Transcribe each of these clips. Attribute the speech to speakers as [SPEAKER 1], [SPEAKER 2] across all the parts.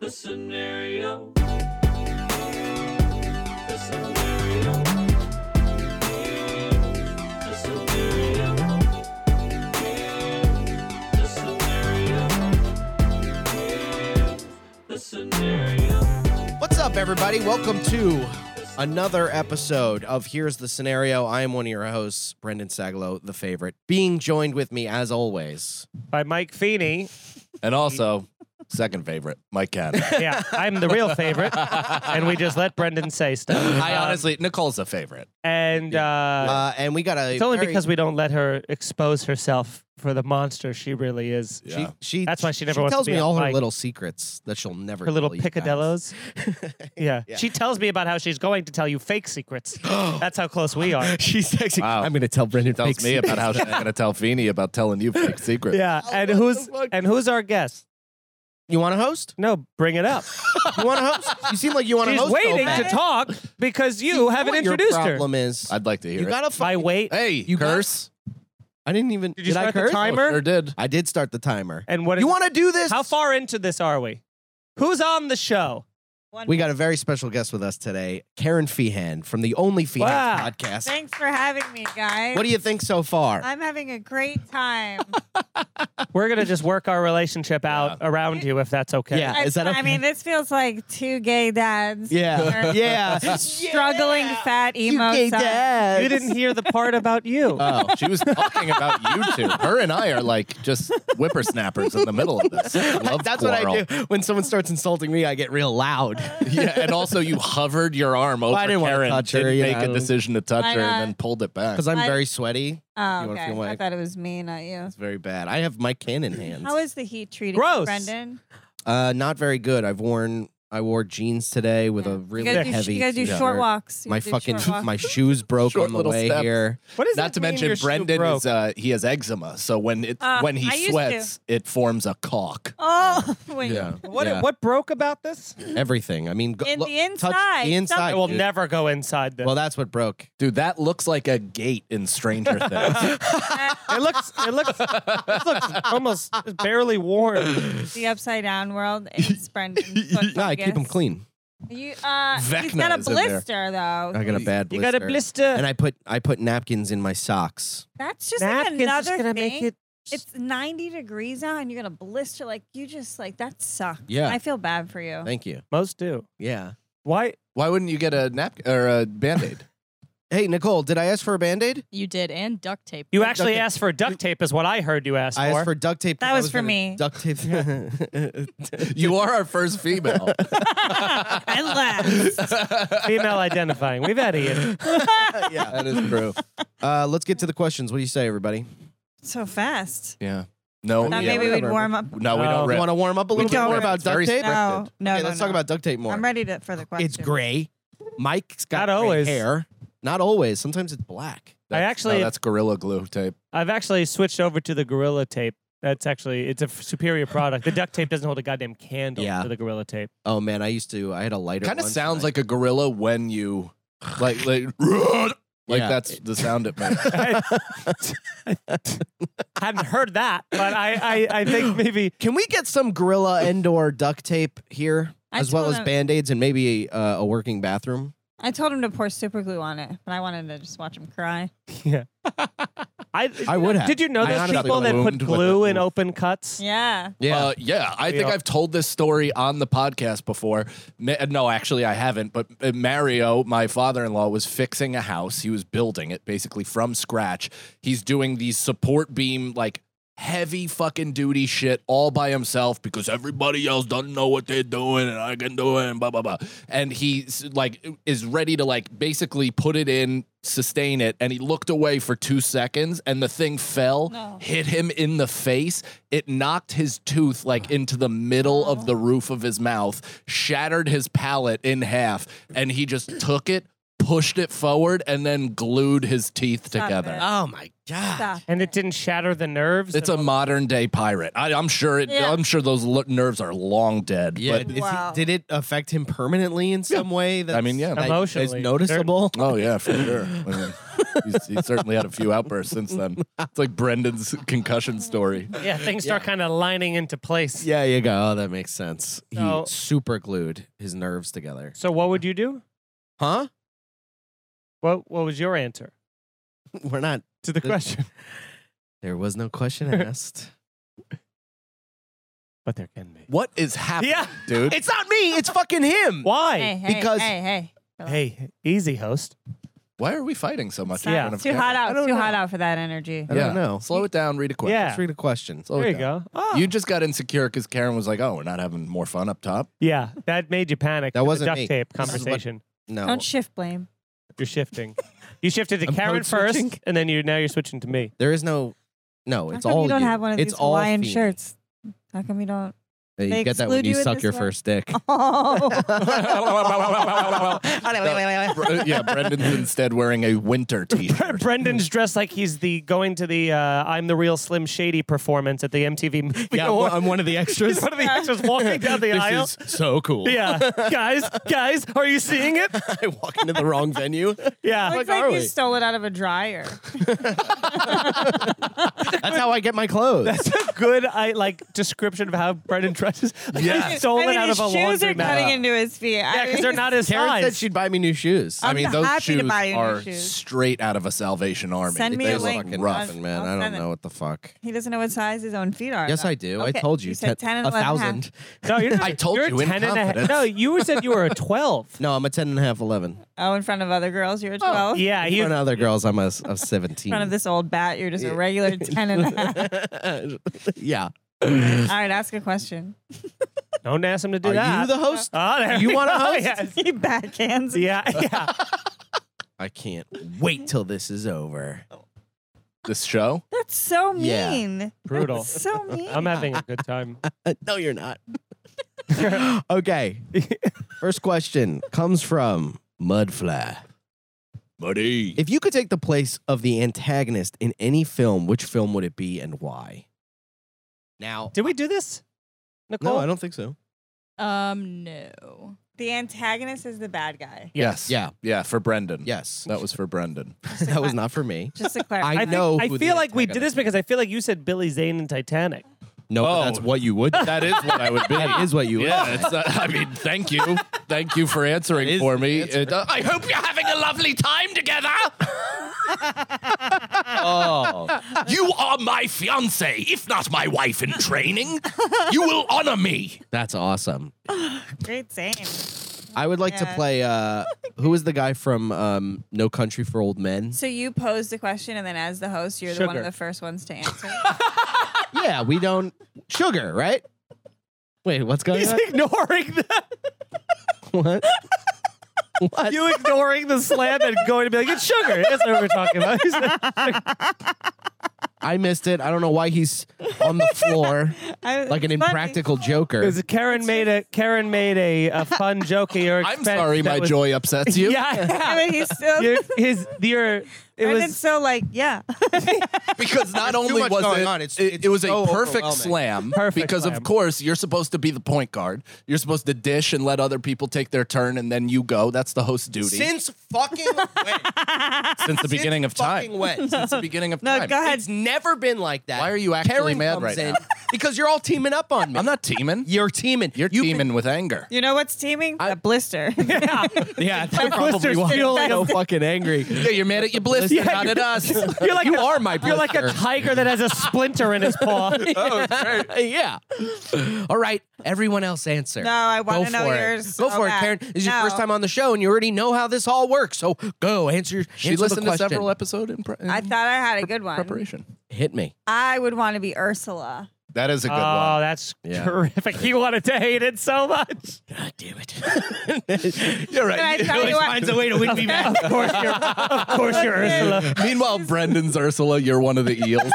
[SPEAKER 1] the scenario. Here's the scenario. The scenario. Here's the scenario. Here's the scenario. Here's the scenario.
[SPEAKER 2] What's up, everybody? Welcome to another episode of Here's the Scenario. I am one of your hosts, Brendan Sagalow, the favorite, being joined with me as always.
[SPEAKER 3] by Mike Feeney.
[SPEAKER 4] And also, second favorite, Mike Cannon.
[SPEAKER 3] Yeah, I'm the real favorite, and we just let Brendan say stuff.
[SPEAKER 4] I
[SPEAKER 3] Um,
[SPEAKER 4] honestly, Nicole's a favorite.
[SPEAKER 3] and uh,
[SPEAKER 2] Uh, and we got a.
[SPEAKER 3] it's only
[SPEAKER 2] very-
[SPEAKER 3] because we don't let her expose herself for the monster she really is.
[SPEAKER 2] she, she.
[SPEAKER 3] That's why she never
[SPEAKER 2] she
[SPEAKER 3] wants to
[SPEAKER 2] tells
[SPEAKER 3] be
[SPEAKER 2] me
[SPEAKER 3] on
[SPEAKER 2] all her
[SPEAKER 3] mic.
[SPEAKER 2] little secrets that she'll never.
[SPEAKER 3] Her little
[SPEAKER 2] tell you
[SPEAKER 3] picadillos. yeah.
[SPEAKER 2] Yeah.
[SPEAKER 3] she tells me about how she's going to tell you fake secrets. That's how close we are.
[SPEAKER 2] guys. She's sexy.
[SPEAKER 4] Wow.
[SPEAKER 2] I'm gonna tell Brendan.
[SPEAKER 4] Tells
[SPEAKER 2] fake
[SPEAKER 4] me
[SPEAKER 2] secrets.
[SPEAKER 4] about how she's going to tell Feeney about telling you big secrets.
[SPEAKER 3] Yeah, and
[SPEAKER 2] what
[SPEAKER 3] who's
[SPEAKER 2] the fuck?
[SPEAKER 3] and who's our guest?
[SPEAKER 2] You want to host?
[SPEAKER 3] No, bring it up.
[SPEAKER 2] You want to host? You seem like you want to
[SPEAKER 3] She's
[SPEAKER 2] host.
[SPEAKER 3] waiting
[SPEAKER 2] Obed.
[SPEAKER 3] to talk because you haven't
[SPEAKER 2] What your
[SPEAKER 3] introduced her.
[SPEAKER 2] problem is
[SPEAKER 4] I'd like to hear
[SPEAKER 2] you
[SPEAKER 4] it.
[SPEAKER 2] gotta
[SPEAKER 3] My
[SPEAKER 2] fucking-
[SPEAKER 3] weight.
[SPEAKER 4] hey,
[SPEAKER 2] you got-
[SPEAKER 4] curse.
[SPEAKER 2] I didn't even.
[SPEAKER 3] Did you
[SPEAKER 2] I
[SPEAKER 3] start the
[SPEAKER 2] curse?
[SPEAKER 3] timer?
[SPEAKER 4] Sure did.
[SPEAKER 2] I did start the timer.
[SPEAKER 3] And what?
[SPEAKER 2] you
[SPEAKER 3] is-
[SPEAKER 2] want to do this?
[SPEAKER 3] How far into this are we? Who's on the show?
[SPEAKER 2] We got a very special guest with us today, Karen Feehan from the Only Feehan
[SPEAKER 3] Wow.
[SPEAKER 2] podcast.
[SPEAKER 5] Thanks for having me, guys.
[SPEAKER 2] What do you think so far?
[SPEAKER 5] I'm having a great time.
[SPEAKER 3] We're gonna just work our relationship out around you if that's okay.
[SPEAKER 2] Yeah.
[SPEAKER 5] I,
[SPEAKER 2] Is that
[SPEAKER 5] I mean, this feels like two gay dads.
[SPEAKER 2] yeah,
[SPEAKER 5] They're
[SPEAKER 2] yeah.
[SPEAKER 5] Struggling fat e- emo
[SPEAKER 2] You gay
[SPEAKER 5] sons.
[SPEAKER 2] dad.
[SPEAKER 3] You didn't hear the part about you.
[SPEAKER 2] Uh,
[SPEAKER 4] Oh, she was talking about you two. Her and I are like just whippersnappers in the middle of this. Love
[SPEAKER 2] That's
[SPEAKER 4] quarrel.
[SPEAKER 2] what I do. When someone starts insulting me, I get real loud.
[SPEAKER 4] Yeah, and also you hovered your arm over
[SPEAKER 2] I didn't wanna
[SPEAKER 4] Karen,
[SPEAKER 2] touch her,
[SPEAKER 4] didn't
[SPEAKER 2] you
[SPEAKER 4] make
[SPEAKER 2] know.
[SPEAKER 4] a decision to touch
[SPEAKER 5] Why
[SPEAKER 4] her,
[SPEAKER 5] not?
[SPEAKER 4] and then pulled it back.
[SPEAKER 2] Because I'm
[SPEAKER 5] I-
[SPEAKER 2] very sweaty. You
[SPEAKER 5] Oh,
[SPEAKER 2] wanna
[SPEAKER 5] okay.
[SPEAKER 2] feel
[SPEAKER 5] I
[SPEAKER 2] like-
[SPEAKER 5] thought it was me, not you.
[SPEAKER 2] It's very bad. I have my cannon hands.
[SPEAKER 5] How is the heat treating
[SPEAKER 3] Gross.
[SPEAKER 5] you, Brendan?
[SPEAKER 2] uh, not very good. I've worn. I wore jeans today with
[SPEAKER 5] Yeah.
[SPEAKER 2] a really
[SPEAKER 5] you guys do, sh-
[SPEAKER 2] heavy.
[SPEAKER 5] You guys do
[SPEAKER 2] shirt.
[SPEAKER 5] short walks. You
[SPEAKER 2] My
[SPEAKER 5] do
[SPEAKER 2] fucking
[SPEAKER 5] short walks.
[SPEAKER 2] my shoes broke
[SPEAKER 4] Short
[SPEAKER 2] on the
[SPEAKER 4] little
[SPEAKER 2] way
[SPEAKER 4] steps.
[SPEAKER 2] here.
[SPEAKER 3] What does
[SPEAKER 4] Not
[SPEAKER 3] that
[SPEAKER 4] to
[SPEAKER 3] mean
[SPEAKER 4] mention
[SPEAKER 3] your shoe
[SPEAKER 4] Brendan
[SPEAKER 3] broke?
[SPEAKER 4] is uh, he has eczema, so when it
[SPEAKER 5] Uh,
[SPEAKER 4] when he
[SPEAKER 5] I used to.
[SPEAKER 4] sweats, it forms a caulk.
[SPEAKER 5] Oh, wait.
[SPEAKER 3] what
[SPEAKER 2] Yeah.
[SPEAKER 3] what broke about this?
[SPEAKER 2] Everything. I mean, go,
[SPEAKER 5] In
[SPEAKER 2] look-
[SPEAKER 5] the
[SPEAKER 2] touch
[SPEAKER 5] inside.
[SPEAKER 2] the inside.
[SPEAKER 3] I will
[SPEAKER 2] dude.
[SPEAKER 3] never go inside this.
[SPEAKER 2] Well, that's what broke.
[SPEAKER 4] Dude, that looks like a gate in Stranger Things.
[SPEAKER 3] it looks it looks it looks almost barely worn.
[SPEAKER 5] the upside down world is Brendan's. foot
[SPEAKER 2] No, I keep them
[SPEAKER 5] fungus.
[SPEAKER 2] clean.
[SPEAKER 5] You, uh, he's
[SPEAKER 4] Vecna
[SPEAKER 5] got a
[SPEAKER 4] is in there.
[SPEAKER 5] blister, though.
[SPEAKER 2] I got a bad blister.
[SPEAKER 3] You got a blister.
[SPEAKER 2] And I put I put napkins in my socks.
[SPEAKER 5] That's just like
[SPEAKER 3] Napkins
[SPEAKER 5] another
[SPEAKER 3] is gonna
[SPEAKER 5] thing.
[SPEAKER 3] make it.
[SPEAKER 5] It's 90 degrees out and you're going to blister. Like, you just, like, that sucks.
[SPEAKER 2] Yeah.
[SPEAKER 5] I feel bad for you.
[SPEAKER 2] Thank you.
[SPEAKER 3] Most do.
[SPEAKER 2] Yeah.
[SPEAKER 3] Why?
[SPEAKER 4] Why wouldn't you get a napkin or a band aid?
[SPEAKER 2] Hey Nicole, did I ask for a band-aid?
[SPEAKER 6] You did, and duct tape.
[SPEAKER 3] You
[SPEAKER 2] Duct
[SPEAKER 3] actually
[SPEAKER 2] tape.
[SPEAKER 3] asked for duct tape, is what I heard you ask
[SPEAKER 2] I
[SPEAKER 3] for.
[SPEAKER 2] asked for duct tape. 'cause
[SPEAKER 5] That
[SPEAKER 2] I
[SPEAKER 5] was for
[SPEAKER 2] gonna
[SPEAKER 5] me.
[SPEAKER 2] Duct tape.
[SPEAKER 4] You are our first female.
[SPEAKER 5] I laughed.
[SPEAKER 3] female identifying. We've had Ian.
[SPEAKER 4] yeah, that is true.
[SPEAKER 2] uh, let's get to the questions. What do you say, everybody?
[SPEAKER 5] so fast.
[SPEAKER 4] Yeah. No,
[SPEAKER 5] Thought
[SPEAKER 4] yeah,
[SPEAKER 5] maybe
[SPEAKER 4] we
[SPEAKER 5] we'd
[SPEAKER 4] don't-
[SPEAKER 5] warm up.
[SPEAKER 4] No, we
[SPEAKER 3] Oh.
[SPEAKER 4] don't.
[SPEAKER 2] You
[SPEAKER 4] rip.
[SPEAKER 2] want to warm up a little bit
[SPEAKER 5] don't
[SPEAKER 2] more
[SPEAKER 5] rip.
[SPEAKER 2] about
[SPEAKER 4] It's
[SPEAKER 2] duct
[SPEAKER 4] very
[SPEAKER 2] tape?
[SPEAKER 4] scripted.
[SPEAKER 5] No, no,
[SPEAKER 2] okay,
[SPEAKER 5] no,
[SPEAKER 2] let's
[SPEAKER 5] no.
[SPEAKER 2] talk about duct tape more.
[SPEAKER 5] I'm ready to, for the question.
[SPEAKER 2] It's gray. Mike's got
[SPEAKER 3] Not
[SPEAKER 2] gray
[SPEAKER 3] always.
[SPEAKER 2] hair. Not always. Sometimes it's black.
[SPEAKER 3] I actually-
[SPEAKER 4] no, that's gorilla glue tape.
[SPEAKER 3] I've actually switched over to the Gorilla Tape. That's actually it's a f- superior product. The duct tape doesn't hold a goddamn candle
[SPEAKER 2] Yeah.
[SPEAKER 3] to the Gorilla Tape.
[SPEAKER 2] Oh man, I used to. I had a lighter.
[SPEAKER 4] Kind of sounds like a gorilla when you like like like
[SPEAKER 2] Yeah.
[SPEAKER 4] that's the sound it makes.
[SPEAKER 3] hadn't heard that, but I, I, I think maybe
[SPEAKER 2] Can we get some gorilla and/or duct tape here,
[SPEAKER 5] I
[SPEAKER 2] as well
[SPEAKER 5] told
[SPEAKER 2] as
[SPEAKER 5] him-
[SPEAKER 2] band aids and maybe a, uh, a working bathroom?
[SPEAKER 5] I told him to pour super glue on it, but I wanted to just watch him cry.
[SPEAKER 3] I.
[SPEAKER 2] I would have.
[SPEAKER 3] Did you know
[SPEAKER 2] I
[SPEAKER 3] those
[SPEAKER 2] honestly
[SPEAKER 3] people
[SPEAKER 2] would
[SPEAKER 3] that put
[SPEAKER 4] have. Wound with
[SPEAKER 3] glue
[SPEAKER 4] a-
[SPEAKER 3] in open cuts?
[SPEAKER 5] Yeah.
[SPEAKER 2] Yeah.
[SPEAKER 4] Uh, yeah, I think
[SPEAKER 3] Yeah.
[SPEAKER 4] I've told this story on the podcast before. Ma- no, actually, I haven't. But uh, Mario, my father-in-law, was fixing a house. He was building it basically from scratch. He's doing these support beam like heavy fucking duty shit all by himself because everybody else doesn't know what they're doing and I can do it and blah blah blah. And he's like uh, is ready to like basically put it in, sustain it, and he looked away for two seconds and the thing fell,
[SPEAKER 5] No.
[SPEAKER 4] hit him in the face. It knocked his tooth like into the middle of the roof of his mouth, shattered his palate in half, and he just took it. Pushed it forward and then glued his teeth
[SPEAKER 5] Stop
[SPEAKER 4] together.
[SPEAKER 5] it.
[SPEAKER 2] Oh my god.
[SPEAKER 3] Ah,
[SPEAKER 5] Stop
[SPEAKER 3] And it didn't shatter the nerves.
[SPEAKER 4] It's a modern day pirate. I, I'm sure. It,
[SPEAKER 5] Yeah.
[SPEAKER 4] I'm sure those lo- nerves are long dead.
[SPEAKER 2] Yeah,
[SPEAKER 4] But
[SPEAKER 2] is he-
[SPEAKER 5] Wow.
[SPEAKER 2] did it affect him permanently in some way? That's,
[SPEAKER 4] mean, yeah.
[SPEAKER 2] that is
[SPEAKER 3] Emotionally.
[SPEAKER 2] noticeable.
[SPEAKER 4] oh yeah, for sure. I mean, he's, he's certainly had a few outbursts since then. It's like Brendan's concussion story.
[SPEAKER 3] yeah, things start kind of lining into place.
[SPEAKER 2] Yeah, you go. Oh, that makes sense.
[SPEAKER 3] So-
[SPEAKER 2] he super glued his nerves together.
[SPEAKER 3] So what would you do?
[SPEAKER 2] Huh?
[SPEAKER 3] What What was your answer
[SPEAKER 2] We're not.
[SPEAKER 3] to the question?
[SPEAKER 2] There was no question asked.
[SPEAKER 3] but there can be.
[SPEAKER 4] What is happening,
[SPEAKER 3] Yeah.
[SPEAKER 4] dude?
[SPEAKER 2] it's not me. It's fucking him.
[SPEAKER 3] Why?
[SPEAKER 5] Hey, hey,
[SPEAKER 2] because-
[SPEAKER 5] hey, hey.
[SPEAKER 3] Hey, easy host.
[SPEAKER 4] Why are we fighting so much?
[SPEAKER 3] Yeah.
[SPEAKER 4] in front
[SPEAKER 5] It's
[SPEAKER 4] of
[SPEAKER 5] too hot
[SPEAKER 4] camera?
[SPEAKER 5] out.
[SPEAKER 2] I
[SPEAKER 5] It's
[SPEAKER 2] don't
[SPEAKER 5] too hot
[SPEAKER 2] know.
[SPEAKER 5] out for that energy.
[SPEAKER 2] I don't know.
[SPEAKER 4] Slow it down. Read it quick.
[SPEAKER 3] Yeah.
[SPEAKER 2] Let's read a question.
[SPEAKER 4] Slow
[SPEAKER 3] There
[SPEAKER 4] it
[SPEAKER 3] you
[SPEAKER 4] down.
[SPEAKER 3] go. Oh.
[SPEAKER 4] You just got insecure because Karen was like, "Oh, we're not having more fun up top."
[SPEAKER 3] yeah, that made you panic.
[SPEAKER 2] That
[SPEAKER 3] with the
[SPEAKER 2] wasn't
[SPEAKER 3] duct
[SPEAKER 2] me.
[SPEAKER 3] tape
[SPEAKER 2] This is what-
[SPEAKER 3] conversation.
[SPEAKER 2] No.
[SPEAKER 5] Don't shift blame.
[SPEAKER 3] You're shifting. You shifted to
[SPEAKER 2] I'm
[SPEAKER 3] Karen
[SPEAKER 2] code
[SPEAKER 3] first,
[SPEAKER 2] switching.
[SPEAKER 3] and then you now you're switching to me.
[SPEAKER 2] there is no. No,
[SPEAKER 5] How
[SPEAKER 2] it's
[SPEAKER 5] come
[SPEAKER 2] all.
[SPEAKER 5] you don't have one of
[SPEAKER 2] it's
[SPEAKER 5] these
[SPEAKER 2] all
[SPEAKER 5] Hawaiian
[SPEAKER 2] Feeny.
[SPEAKER 5] shirts? How come you don't?
[SPEAKER 2] Yeah, You
[SPEAKER 5] They
[SPEAKER 2] get that when
[SPEAKER 5] exclude
[SPEAKER 2] you
[SPEAKER 5] you in
[SPEAKER 2] suck
[SPEAKER 5] this
[SPEAKER 2] your
[SPEAKER 5] one?
[SPEAKER 2] first dick.
[SPEAKER 5] Oh.
[SPEAKER 4] Bre- yeah, Brendan's instead wearing a winter t-shirt.
[SPEAKER 3] Brendan's dressed like he's the going to the uh, "I'm the Real Slim Shady" performance at the MTV Movie Award.
[SPEAKER 2] I'm one of the extras.
[SPEAKER 3] He's one of the extras walking down the aisle.
[SPEAKER 2] so cool.
[SPEAKER 3] yeah, guys, guys, are you seeing it?
[SPEAKER 2] I walk into the wrong venue.
[SPEAKER 3] Yeah,
[SPEAKER 5] Looks
[SPEAKER 2] fuck
[SPEAKER 5] like
[SPEAKER 2] are
[SPEAKER 5] you
[SPEAKER 2] we?
[SPEAKER 5] stole it out of a dryer.
[SPEAKER 2] That's how I get my clothes.
[SPEAKER 3] that's a good I like description of how Brendan dresses. Like,
[SPEAKER 4] Yeah.
[SPEAKER 3] he stole
[SPEAKER 5] I mean,
[SPEAKER 3] it out
[SPEAKER 5] his
[SPEAKER 3] of a
[SPEAKER 5] shoes are
[SPEAKER 3] laundry
[SPEAKER 5] cutting
[SPEAKER 3] mat.
[SPEAKER 5] into his feet.
[SPEAKER 3] Yeah, because they're not his
[SPEAKER 2] Karen said
[SPEAKER 3] size.
[SPEAKER 2] she'd buy me new shoes.
[SPEAKER 4] I
[SPEAKER 5] I'm
[SPEAKER 4] mean, those
[SPEAKER 5] happy to
[SPEAKER 4] shoes
[SPEAKER 5] buy you new
[SPEAKER 4] are
[SPEAKER 5] shoes.
[SPEAKER 4] straight out of a Salvation Army.
[SPEAKER 5] Send me
[SPEAKER 2] they
[SPEAKER 5] a
[SPEAKER 2] look
[SPEAKER 5] link.
[SPEAKER 2] fucking
[SPEAKER 4] rough.
[SPEAKER 2] nothing, man.
[SPEAKER 5] I'll
[SPEAKER 2] I don't
[SPEAKER 5] send it.
[SPEAKER 2] know what the fuck.
[SPEAKER 5] He doesn't know what size his own feet are.
[SPEAKER 2] Yes,
[SPEAKER 5] though.
[SPEAKER 2] I do. I
[SPEAKER 5] Okay,
[SPEAKER 2] told you.
[SPEAKER 5] said 10 and
[SPEAKER 2] a
[SPEAKER 5] 11 half.
[SPEAKER 2] thousand.
[SPEAKER 3] No, you're not,
[SPEAKER 4] I told
[SPEAKER 3] you're
[SPEAKER 4] you in
[SPEAKER 3] 10 and a half.
[SPEAKER 4] confidence.
[SPEAKER 3] No, you said you were a 12.
[SPEAKER 2] No, I'm a ten and a half, eleven.
[SPEAKER 5] Oh, in front of other girls, you're a 12.
[SPEAKER 3] Oh, Yeah,
[SPEAKER 2] In
[SPEAKER 3] he,
[SPEAKER 2] front of
[SPEAKER 3] no,
[SPEAKER 2] other girls, I'm a, s- a seventeen.
[SPEAKER 5] In front of this old bat, you're just a regular 10 and a half.
[SPEAKER 2] yeah.
[SPEAKER 5] All right, ask a question.
[SPEAKER 3] don't ask him to do
[SPEAKER 2] Are
[SPEAKER 3] that.
[SPEAKER 2] you the host?
[SPEAKER 3] Oh, there
[SPEAKER 2] You
[SPEAKER 3] we
[SPEAKER 2] want to
[SPEAKER 3] go.
[SPEAKER 2] host?
[SPEAKER 3] Yes.
[SPEAKER 5] you backhands.
[SPEAKER 3] Yeah, yeah.
[SPEAKER 2] I can't wait till this is over.
[SPEAKER 3] Oh,
[SPEAKER 4] This show?
[SPEAKER 5] That's so
[SPEAKER 2] Yeah.
[SPEAKER 5] mean.
[SPEAKER 3] Brutal.
[SPEAKER 5] That's so mean.
[SPEAKER 3] I'm having a good time.
[SPEAKER 2] Uh, no, you're not. okay. First question comes from Mudfly.
[SPEAKER 4] Buddy.
[SPEAKER 2] If you could take the place of the antagonist in any film, which film would it be and why? Now,
[SPEAKER 3] Did we do this? Nicole?
[SPEAKER 2] no, I don't think so.
[SPEAKER 6] Um, no.
[SPEAKER 5] the antagonist is the bad guy.
[SPEAKER 4] yes.
[SPEAKER 2] Yeah.
[SPEAKER 4] Yeah, for Brendan.
[SPEAKER 2] Yes,
[SPEAKER 4] That was for Brendan.
[SPEAKER 2] that was not for me.
[SPEAKER 5] Just to
[SPEAKER 2] I,
[SPEAKER 5] clarify.
[SPEAKER 3] I think-
[SPEAKER 2] know.
[SPEAKER 3] I
[SPEAKER 2] who the
[SPEAKER 3] feel like we did this
[SPEAKER 2] antagonist-
[SPEAKER 3] because I feel like you said Billy Zane in Titanic.
[SPEAKER 2] No, but
[SPEAKER 4] Oh.
[SPEAKER 2] that's what you would.
[SPEAKER 4] That is what I would be.
[SPEAKER 2] that is what you would.
[SPEAKER 4] yeah, it's, uh, I mean, thank you. Thank you for
[SPEAKER 2] That
[SPEAKER 4] answering
[SPEAKER 2] is
[SPEAKER 4] for
[SPEAKER 2] the
[SPEAKER 4] me.
[SPEAKER 2] answer.
[SPEAKER 4] It- uh, I hope you're having a lovely time together.
[SPEAKER 2] Oh,
[SPEAKER 4] You are my fiance, if not my wife in training. You will honor me.
[SPEAKER 2] that's awesome.
[SPEAKER 5] Great saying.
[SPEAKER 2] I would like to
[SPEAKER 5] Yeah.
[SPEAKER 2] play. Uh, who is the guy from um, No Country for Old Men?
[SPEAKER 5] So you pose the question, and then as the host, you're the one of
[SPEAKER 3] Sugar.
[SPEAKER 5] the first ones to answer.
[SPEAKER 2] Yeah, we don't sugar, right? Wait, what's going
[SPEAKER 3] He's
[SPEAKER 2] on?
[SPEAKER 3] ignoring that.
[SPEAKER 2] What? what?
[SPEAKER 3] You ignoring the slam and going to be like, it's sugar. That's what we're talking about. He's like,
[SPEAKER 2] I missed it. I don't know why he's on the floor
[SPEAKER 5] I-
[SPEAKER 2] like an
[SPEAKER 5] it's funny.
[SPEAKER 2] impractical joker.
[SPEAKER 3] Because Karen made a Karen made a, a fun joke at your
[SPEAKER 4] I'm
[SPEAKER 3] expense.
[SPEAKER 4] sorry
[SPEAKER 3] that
[SPEAKER 4] my
[SPEAKER 3] was-
[SPEAKER 4] joy upsets you.
[SPEAKER 3] Yeah.
[SPEAKER 5] I mean, he's still.
[SPEAKER 3] your, his your it
[SPEAKER 5] I
[SPEAKER 3] was
[SPEAKER 5] so like yeah.
[SPEAKER 4] because
[SPEAKER 2] There's
[SPEAKER 4] not
[SPEAKER 2] too
[SPEAKER 4] only
[SPEAKER 2] much
[SPEAKER 4] was
[SPEAKER 2] going
[SPEAKER 4] it,
[SPEAKER 2] on. It's-
[SPEAKER 4] it,
[SPEAKER 2] it's
[SPEAKER 4] it was
[SPEAKER 2] so
[SPEAKER 4] a perfect
[SPEAKER 2] overwhelming.
[SPEAKER 4] slam
[SPEAKER 3] Perfect
[SPEAKER 4] because
[SPEAKER 3] slam.
[SPEAKER 4] of course you're supposed to be the point guard. You're supposed to dish and let other people take their turn and then you go. That's the host duty.
[SPEAKER 2] Since fucking when?
[SPEAKER 4] Since the beginning of time.
[SPEAKER 2] fucking when?
[SPEAKER 4] Since the beginning of
[SPEAKER 5] No,
[SPEAKER 4] time.
[SPEAKER 5] go ahead.
[SPEAKER 2] It's never been like that.
[SPEAKER 4] Why are you actually
[SPEAKER 2] Karen
[SPEAKER 4] mad
[SPEAKER 2] comes
[SPEAKER 4] right
[SPEAKER 2] in
[SPEAKER 4] now?
[SPEAKER 2] Because you're all teaming up on me.
[SPEAKER 4] I'm not teaming.
[SPEAKER 2] You're teaming.
[SPEAKER 4] You're
[SPEAKER 2] You've
[SPEAKER 4] teaming with anger.
[SPEAKER 5] You know what's teaming? A blister.
[SPEAKER 3] yeah.
[SPEAKER 2] Been, yeah, that's
[SPEAKER 3] Blister's feeling
[SPEAKER 2] so fucking angry.
[SPEAKER 4] Yeah, you're mad at your blister,
[SPEAKER 3] Yeah,
[SPEAKER 4] not at us.
[SPEAKER 3] You're like
[SPEAKER 2] You
[SPEAKER 3] a-
[SPEAKER 2] are my
[SPEAKER 3] You're like a
[SPEAKER 2] blister.
[SPEAKER 3] tiger that has a splinter in his paw.
[SPEAKER 2] yeah. All right, everyone else answer.
[SPEAKER 5] No, I
[SPEAKER 2] Go
[SPEAKER 5] wanna know
[SPEAKER 2] for it.
[SPEAKER 5] yours
[SPEAKER 2] Go
[SPEAKER 5] so
[SPEAKER 2] for it,
[SPEAKER 5] bad.
[SPEAKER 2] Karen. This is your
[SPEAKER 5] No.
[SPEAKER 2] first time on the show, and you already know how this all works. So go answer.
[SPEAKER 4] She
[SPEAKER 2] answer the
[SPEAKER 4] listened to
[SPEAKER 2] question.
[SPEAKER 4] several episodes in, pre- in
[SPEAKER 5] I thought I had a good one.
[SPEAKER 4] preparation.
[SPEAKER 2] Hit me.
[SPEAKER 5] I would want to be Ursula.
[SPEAKER 4] That is a good
[SPEAKER 3] oh,
[SPEAKER 4] one.
[SPEAKER 3] that's
[SPEAKER 2] Yeah.
[SPEAKER 3] terrific. He wanted to hate it so much.
[SPEAKER 2] God damn it.
[SPEAKER 4] You're
[SPEAKER 5] Can I tell you what?
[SPEAKER 3] a way to win me back. Of course you're, of course you're Ursula.
[SPEAKER 4] Meanwhile, Brendan's Ursula. You're one of the eels.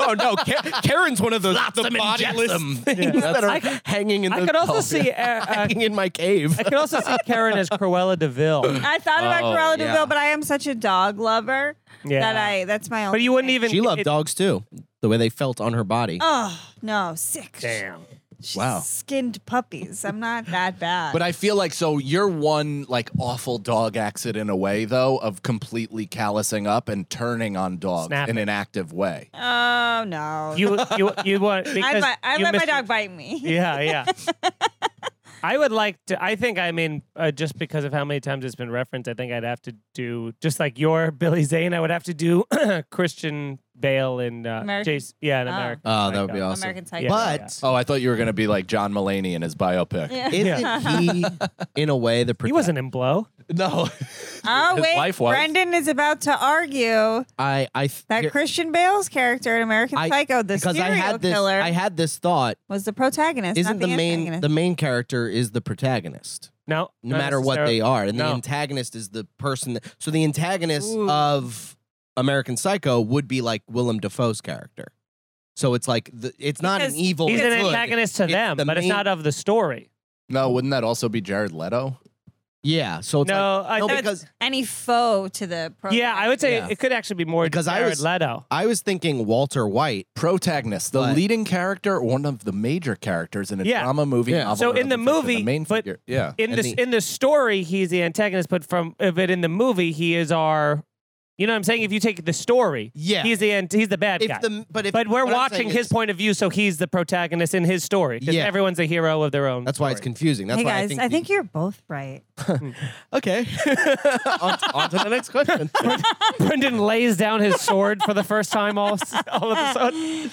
[SPEAKER 2] oh no, Ka- Karen's one of those
[SPEAKER 4] Flotsam
[SPEAKER 2] the
[SPEAKER 4] and
[SPEAKER 2] bodiless
[SPEAKER 4] jetsam.
[SPEAKER 2] things
[SPEAKER 4] Yeah.
[SPEAKER 2] that are
[SPEAKER 3] I-
[SPEAKER 2] hanging in the
[SPEAKER 3] I could also
[SPEAKER 2] oh,
[SPEAKER 3] see. Uh, uh,
[SPEAKER 2] hanging in my cave.
[SPEAKER 3] I could also see Karen as Cruella Deville.
[SPEAKER 5] I thought about
[SPEAKER 4] Oh,
[SPEAKER 5] Cruella
[SPEAKER 2] yeah.
[SPEAKER 5] Deville, but I am such a dog lover
[SPEAKER 3] Yeah.
[SPEAKER 5] that I that's my only.
[SPEAKER 3] But you wouldn't
[SPEAKER 5] thing.
[SPEAKER 3] even.
[SPEAKER 2] She loved
[SPEAKER 3] it-
[SPEAKER 2] dogs too. The way they felt on her body.
[SPEAKER 5] Oh no, sick.
[SPEAKER 3] Damn.
[SPEAKER 5] She
[SPEAKER 2] Wow.
[SPEAKER 5] skinned puppies. I'm not that bad.
[SPEAKER 4] But I feel like so you're one like awful dog accident away though of completely callousing up and turning on dogs
[SPEAKER 3] Snapping.
[SPEAKER 4] in an active way.
[SPEAKER 5] oh no,
[SPEAKER 3] You you you want
[SPEAKER 5] I,
[SPEAKER 3] because
[SPEAKER 5] let- I
[SPEAKER 3] you
[SPEAKER 5] let my
[SPEAKER 3] missed-
[SPEAKER 5] dog bite me.
[SPEAKER 3] Yeah, yeah. I would like to. I think I mean uh, just because of how many times it's been referenced, I think I'd have to do just like your Billy Zane. I would have to do Christian Bale and uh,
[SPEAKER 5] American-
[SPEAKER 3] Jason. Yeah, in
[SPEAKER 5] Oh.
[SPEAKER 3] America.
[SPEAKER 2] Oh, that would be awesome.
[SPEAKER 5] American Psycho.
[SPEAKER 3] Yeah.
[SPEAKER 2] But
[SPEAKER 4] Oh, I thought you were gonna be like John Mulaney in his biopic.
[SPEAKER 5] Yeah.
[SPEAKER 2] isn't he in a way the
[SPEAKER 3] He
[SPEAKER 2] protect-
[SPEAKER 3] wasn't in Blow.
[SPEAKER 4] No,
[SPEAKER 5] Oh
[SPEAKER 4] His
[SPEAKER 5] wait,
[SPEAKER 4] wife was.
[SPEAKER 5] Brendan is about to argue
[SPEAKER 2] I I th-
[SPEAKER 5] that Christian Bale's character in American
[SPEAKER 2] I-
[SPEAKER 5] Psycho, the
[SPEAKER 2] because I
[SPEAKER 5] serial
[SPEAKER 2] had this
[SPEAKER 5] killer,
[SPEAKER 2] I had this thought
[SPEAKER 5] was the protagonist.
[SPEAKER 2] isn't
[SPEAKER 5] not the,
[SPEAKER 2] the main
[SPEAKER 5] antagonist.
[SPEAKER 2] the main character is the protagonist
[SPEAKER 3] No,
[SPEAKER 2] no matter what they are and the
[SPEAKER 3] No.
[SPEAKER 2] antagonist is the person that, so the antagonist
[SPEAKER 5] Ooh.
[SPEAKER 2] of American Psycho would be like Willem Dafoe's character so it's like the, it's not an
[SPEAKER 5] Because
[SPEAKER 2] evil
[SPEAKER 3] He's an
[SPEAKER 2] good.
[SPEAKER 3] antagonist to
[SPEAKER 2] It's
[SPEAKER 3] them,
[SPEAKER 2] the
[SPEAKER 3] but it's
[SPEAKER 2] main-
[SPEAKER 3] not of the story.
[SPEAKER 4] no, wouldn't that also be Jared Leto?
[SPEAKER 2] yeah so it's like,
[SPEAKER 3] no, I
[SPEAKER 2] no
[SPEAKER 3] think.
[SPEAKER 2] because
[SPEAKER 5] any foe to the protagonist.
[SPEAKER 3] Yeah, I would say
[SPEAKER 2] Yeah.
[SPEAKER 3] it could actually be more
[SPEAKER 2] Because I
[SPEAKER 3] Jared
[SPEAKER 2] was-
[SPEAKER 3] Leto.
[SPEAKER 2] I was thinking Walter White
[SPEAKER 4] Protagonist, the
[SPEAKER 2] But-
[SPEAKER 4] leading character, or one of the major characters in a
[SPEAKER 3] Yeah.
[SPEAKER 4] drama movie.
[SPEAKER 2] Yeah.
[SPEAKER 4] Novel,
[SPEAKER 3] So
[SPEAKER 4] or
[SPEAKER 3] in the
[SPEAKER 4] fiction,
[SPEAKER 3] movie,
[SPEAKER 4] main
[SPEAKER 3] but-
[SPEAKER 4] figure. yeah,
[SPEAKER 3] in
[SPEAKER 2] And
[SPEAKER 3] this
[SPEAKER 2] the-
[SPEAKER 3] in the story he's the antagonist but from but in the movie he is our you know what i'm saying if you take the story
[SPEAKER 2] Yeah.
[SPEAKER 3] he's the ant- he's the bad guy
[SPEAKER 2] if the but if
[SPEAKER 3] but we're
[SPEAKER 2] what I'm
[SPEAKER 3] watching
[SPEAKER 2] saying
[SPEAKER 3] his
[SPEAKER 2] is-
[SPEAKER 3] point of view so he's the protagonist in his story 'cause
[SPEAKER 2] Yeah.
[SPEAKER 3] everyone's a hero of their own
[SPEAKER 2] that's why it's
[SPEAKER 3] story.
[SPEAKER 2] confusing that's
[SPEAKER 5] hey
[SPEAKER 2] why
[SPEAKER 5] guys,
[SPEAKER 2] I think,
[SPEAKER 5] you're both right.
[SPEAKER 2] the- okay on, on to the next question
[SPEAKER 3] brendan lays down his sword for the first time all, all of a sudden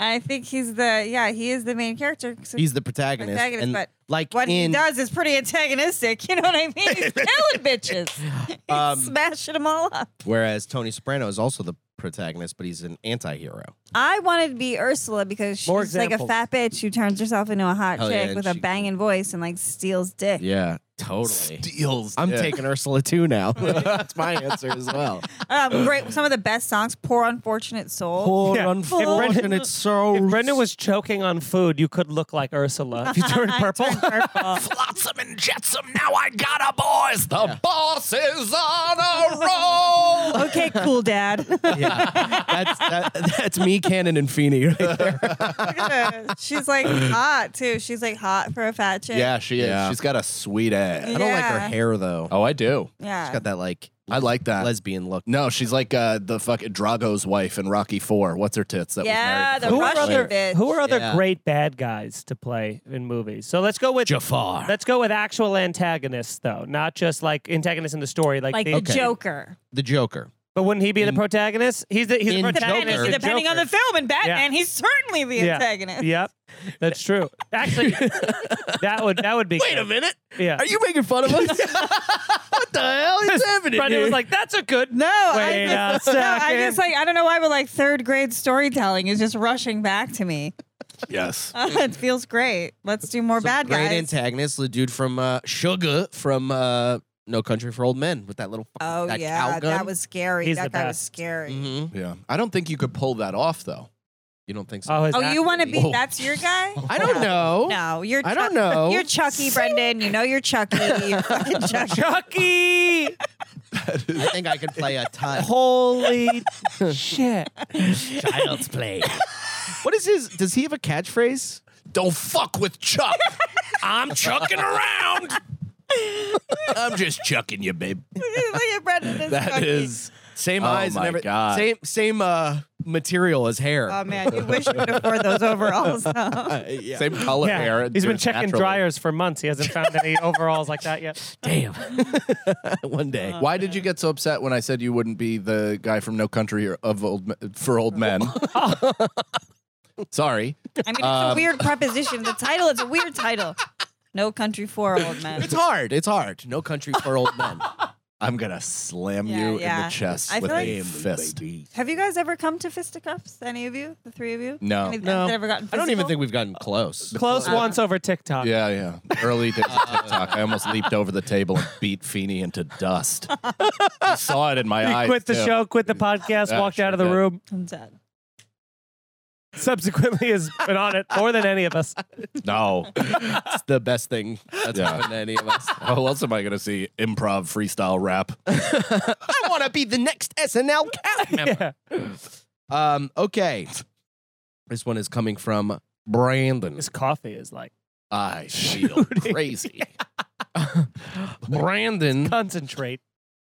[SPEAKER 5] I think he's the yeah he is the main character. So
[SPEAKER 2] he's the protagonist,
[SPEAKER 5] Protagonist,
[SPEAKER 2] and
[SPEAKER 5] but
[SPEAKER 2] like
[SPEAKER 5] what
[SPEAKER 2] in
[SPEAKER 5] he does is pretty antagonistic. You know what I mean? He's killing bitches. He's
[SPEAKER 2] Um,
[SPEAKER 5] smashing them all up.
[SPEAKER 2] Whereas Tony Soprano is also the protagonist, but he's an anti-hero.
[SPEAKER 5] I wanted to be Ursula because
[SPEAKER 3] More
[SPEAKER 5] she's like a
[SPEAKER 3] examples.
[SPEAKER 5] fat bitch who turns herself into a hot
[SPEAKER 2] Hell yeah,
[SPEAKER 5] chick
[SPEAKER 2] and
[SPEAKER 5] with a
[SPEAKER 2] she-
[SPEAKER 5] banging voice and like steals dick.
[SPEAKER 2] Yeah, totally.
[SPEAKER 4] deals.
[SPEAKER 2] I'm
[SPEAKER 4] yeah.
[SPEAKER 2] taking Ursula too now. That's my answer as well.
[SPEAKER 5] Um, great. Some of the best songs. Poor unfortunate soul.
[SPEAKER 2] Poor
[SPEAKER 3] Yeah.
[SPEAKER 2] unfortunate
[SPEAKER 3] If Brendan-
[SPEAKER 2] soul.
[SPEAKER 3] if brendan was choking on food you could look like ursula if you turned purple
[SPEAKER 4] Flotsam and Jetsam, now I got a boys. The boss is on a roll.
[SPEAKER 5] okay, cool, Dad.
[SPEAKER 2] yeah, that's that, that's me, Cannon and Feeney right there.
[SPEAKER 5] She's like hot too. She's like hot for a fat chick.
[SPEAKER 4] yeah, she is.
[SPEAKER 2] Yeah.
[SPEAKER 4] She's got a sweet ass.
[SPEAKER 2] I don't like her
[SPEAKER 5] Yeah.
[SPEAKER 2] hair though.
[SPEAKER 4] Oh, I do.
[SPEAKER 5] Yeah.
[SPEAKER 2] She's got that like
[SPEAKER 4] I like that.
[SPEAKER 2] lesbian look.
[SPEAKER 4] no, she's like uh, the fucking Drago's wife in Rocky Four. What's her tits? That
[SPEAKER 5] Yeah,
[SPEAKER 4] was married.
[SPEAKER 5] the
[SPEAKER 4] to
[SPEAKER 3] who
[SPEAKER 4] Frank
[SPEAKER 3] are
[SPEAKER 5] Russian
[SPEAKER 4] Slater.
[SPEAKER 3] other
[SPEAKER 5] bitch.
[SPEAKER 3] who are other
[SPEAKER 2] Yeah.
[SPEAKER 3] great bad guys to play in movies? So let's go with
[SPEAKER 2] Jafar.
[SPEAKER 3] Let's go with actual antagonists though, not just like antagonists in the story. Like,
[SPEAKER 5] like
[SPEAKER 3] the,
[SPEAKER 5] the Joker.
[SPEAKER 2] The Joker.
[SPEAKER 3] but wouldn't he be the protagonist? He's the he's
[SPEAKER 2] in
[SPEAKER 3] the protagonist.
[SPEAKER 2] Joker.
[SPEAKER 3] in
[SPEAKER 5] Depending on
[SPEAKER 3] Joker.
[SPEAKER 5] the film, and Batman,
[SPEAKER 3] Yeah.
[SPEAKER 5] he's certainly the
[SPEAKER 3] Yeah.
[SPEAKER 5] antagonist.
[SPEAKER 3] Yep, that's true. Actually, that would that would be.
[SPEAKER 2] Wait a minute.
[SPEAKER 3] Yeah.
[SPEAKER 2] Are you making fun of us? what the hell is happening?
[SPEAKER 3] Brendan
[SPEAKER 2] here?
[SPEAKER 3] was like, "That's a good."
[SPEAKER 5] No,
[SPEAKER 3] Wait
[SPEAKER 5] I just,
[SPEAKER 3] a
[SPEAKER 5] no, I
[SPEAKER 3] second.
[SPEAKER 5] just like I don't know why, but like third grade storytelling is just rushing back to me.
[SPEAKER 4] Yes.
[SPEAKER 5] it feels great. Let's do more
[SPEAKER 2] Some
[SPEAKER 5] bad
[SPEAKER 2] great
[SPEAKER 5] guys.
[SPEAKER 2] antagonist, the dude from uh, Sugar from uh, No Country for Old Men with that little.
[SPEAKER 5] oh
[SPEAKER 2] that
[SPEAKER 5] yeah,
[SPEAKER 2] cow gun.
[SPEAKER 5] that was scary.
[SPEAKER 3] He's the
[SPEAKER 5] that guy was
[SPEAKER 3] best.
[SPEAKER 5] scary.
[SPEAKER 2] Mhm.
[SPEAKER 4] Yeah. I don't think you could pull that off though.
[SPEAKER 2] You don't think so?
[SPEAKER 3] Oh, his
[SPEAKER 5] Oh, you
[SPEAKER 3] act-
[SPEAKER 5] want to be?
[SPEAKER 4] Whoa.
[SPEAKER 5] That's your guy?
[SPEAKER 2] I don't know.
[SPEAKER 5] No, you're.
[SPEAKER 2] I
[SPEAKER 5] Chuck-
[SPEAKER 2] don't know.
[SPEAKER 5] You're Chucky, Brendan. You know you're Chucky. You're fucking Chucky.
[SPEAKER 3] Chucky?
[SPEAKER 2] I think I could play a ton.
[SPEAKER 3] Holy shit!
[SPEAKER 2] Child's play. What is his? Does he have a catchphrase?
[SPEAKER 4] Don't fuck with Chuck. I'm chucking around. I'm just chucking you, babe.
[SPEAKER 5] Look at Brendan as
[SPEAKER 4] That
[SPEAKER 5] Chucky.
[SPEAKER 4] is.
[SPEAKER 2] Same
[SPEAKER 4] Oh
[SPEAKER 2] eyes
[SPEAKER 4] my
[SPEAKER 2] and everything.
[SPEAKER 4] God.
[SPEAKER 2] Same same uh, material as hair.
[SPEAKER 5] Oh man, you wish you could afford those overalls. though.
[SPEAKER 2] yeah.
[SPEAKER 4] Same color
[SPEAKER 3] Yeah,
[SPEAKER 4] hair. It
[SPEAKER 3] he's been
[SPEAKER 4] just
[SPEAKER 3] checking
[SPEAKER 4] naturally.
[SPEAKER 3] dryers for months. He hasn't found any overalls like that yet.
[SPEAKER 2] Damn. One day.
[SPEAKER 4] Why did you get so upset when I said you wouldn't be the guy from No Country or- of old Me- for old men? Sorry,
[SPEAKER 5] I mean, it's a weird preposition. The title, it's a weird title. No country for old men.
[SPEAKER 2] It's hard. It's hard. No country for old men.
[SPEAKER 4] I'm gonna slam
[SPEAKER 5] Yeah,
[SPEAKER 4] you in
[SPEAKER 5] yeah.
[SPEAKER 4] the chest
[SPEAKER 5] I
[SPEAKER 4] with
[SPEAKER 5] feel like-
[SPEAKER 4] a fist.
[SPEAKER 5] Have you guys ever come to fisticuffs? Any of you? The three of you?
[SPEAKER 4] No.
[SPEAKER 5] Any,
[SPEAKER 2] No.
[SPEAKER 5] Ever gotten
[SPEAKER 2] I don't even
[SPEAKER 5] physical?
[SPEAKER 2] think we've gotten close.
[SPEAKER 3] Close once over TikTok.
[SPEAKER 4] Yeah, yeah. Early days of TikTok. I almost leaped over the table and beat Feeney into dust. You saw it in my eyes.
[SPEAKER 3] He quit the
[SPEAKER 4] too.
[SPEAKER 3] show, quit the podcast,
[SPEAKER 4] Yeah,
[SPEAKER 3] walked
[SPEAKER 4] sure
[SPEAKER 3] out of the
[SPEAKER 4] did.
[SPEAKER 3] room.
[SPEAKER 5] I'm dead.
[SPEAKER 3] Subsequently, has been on it more than any of us.
[SPEAKER 4] No.
[SPEAKER 2] That's the best thing that's
[SPEAKER 4] Yeah.
[SPEAKER 2] happened to any of us.
[SPEAKER 4] How else am I gonna see improv freestyle rap?
[SPEAKER 2] I want to be the next SNL cast member.
[SPEAKER 3] Yeah.
[SPEAKER 2] Um, okay. This one is coming from Brandon.
[SPEAKER 3] This coffee is like
[SPEAKER 4] I feel crazy.
[SPEAKER 2] Brandon.
[SPEAKER 3] concentrate.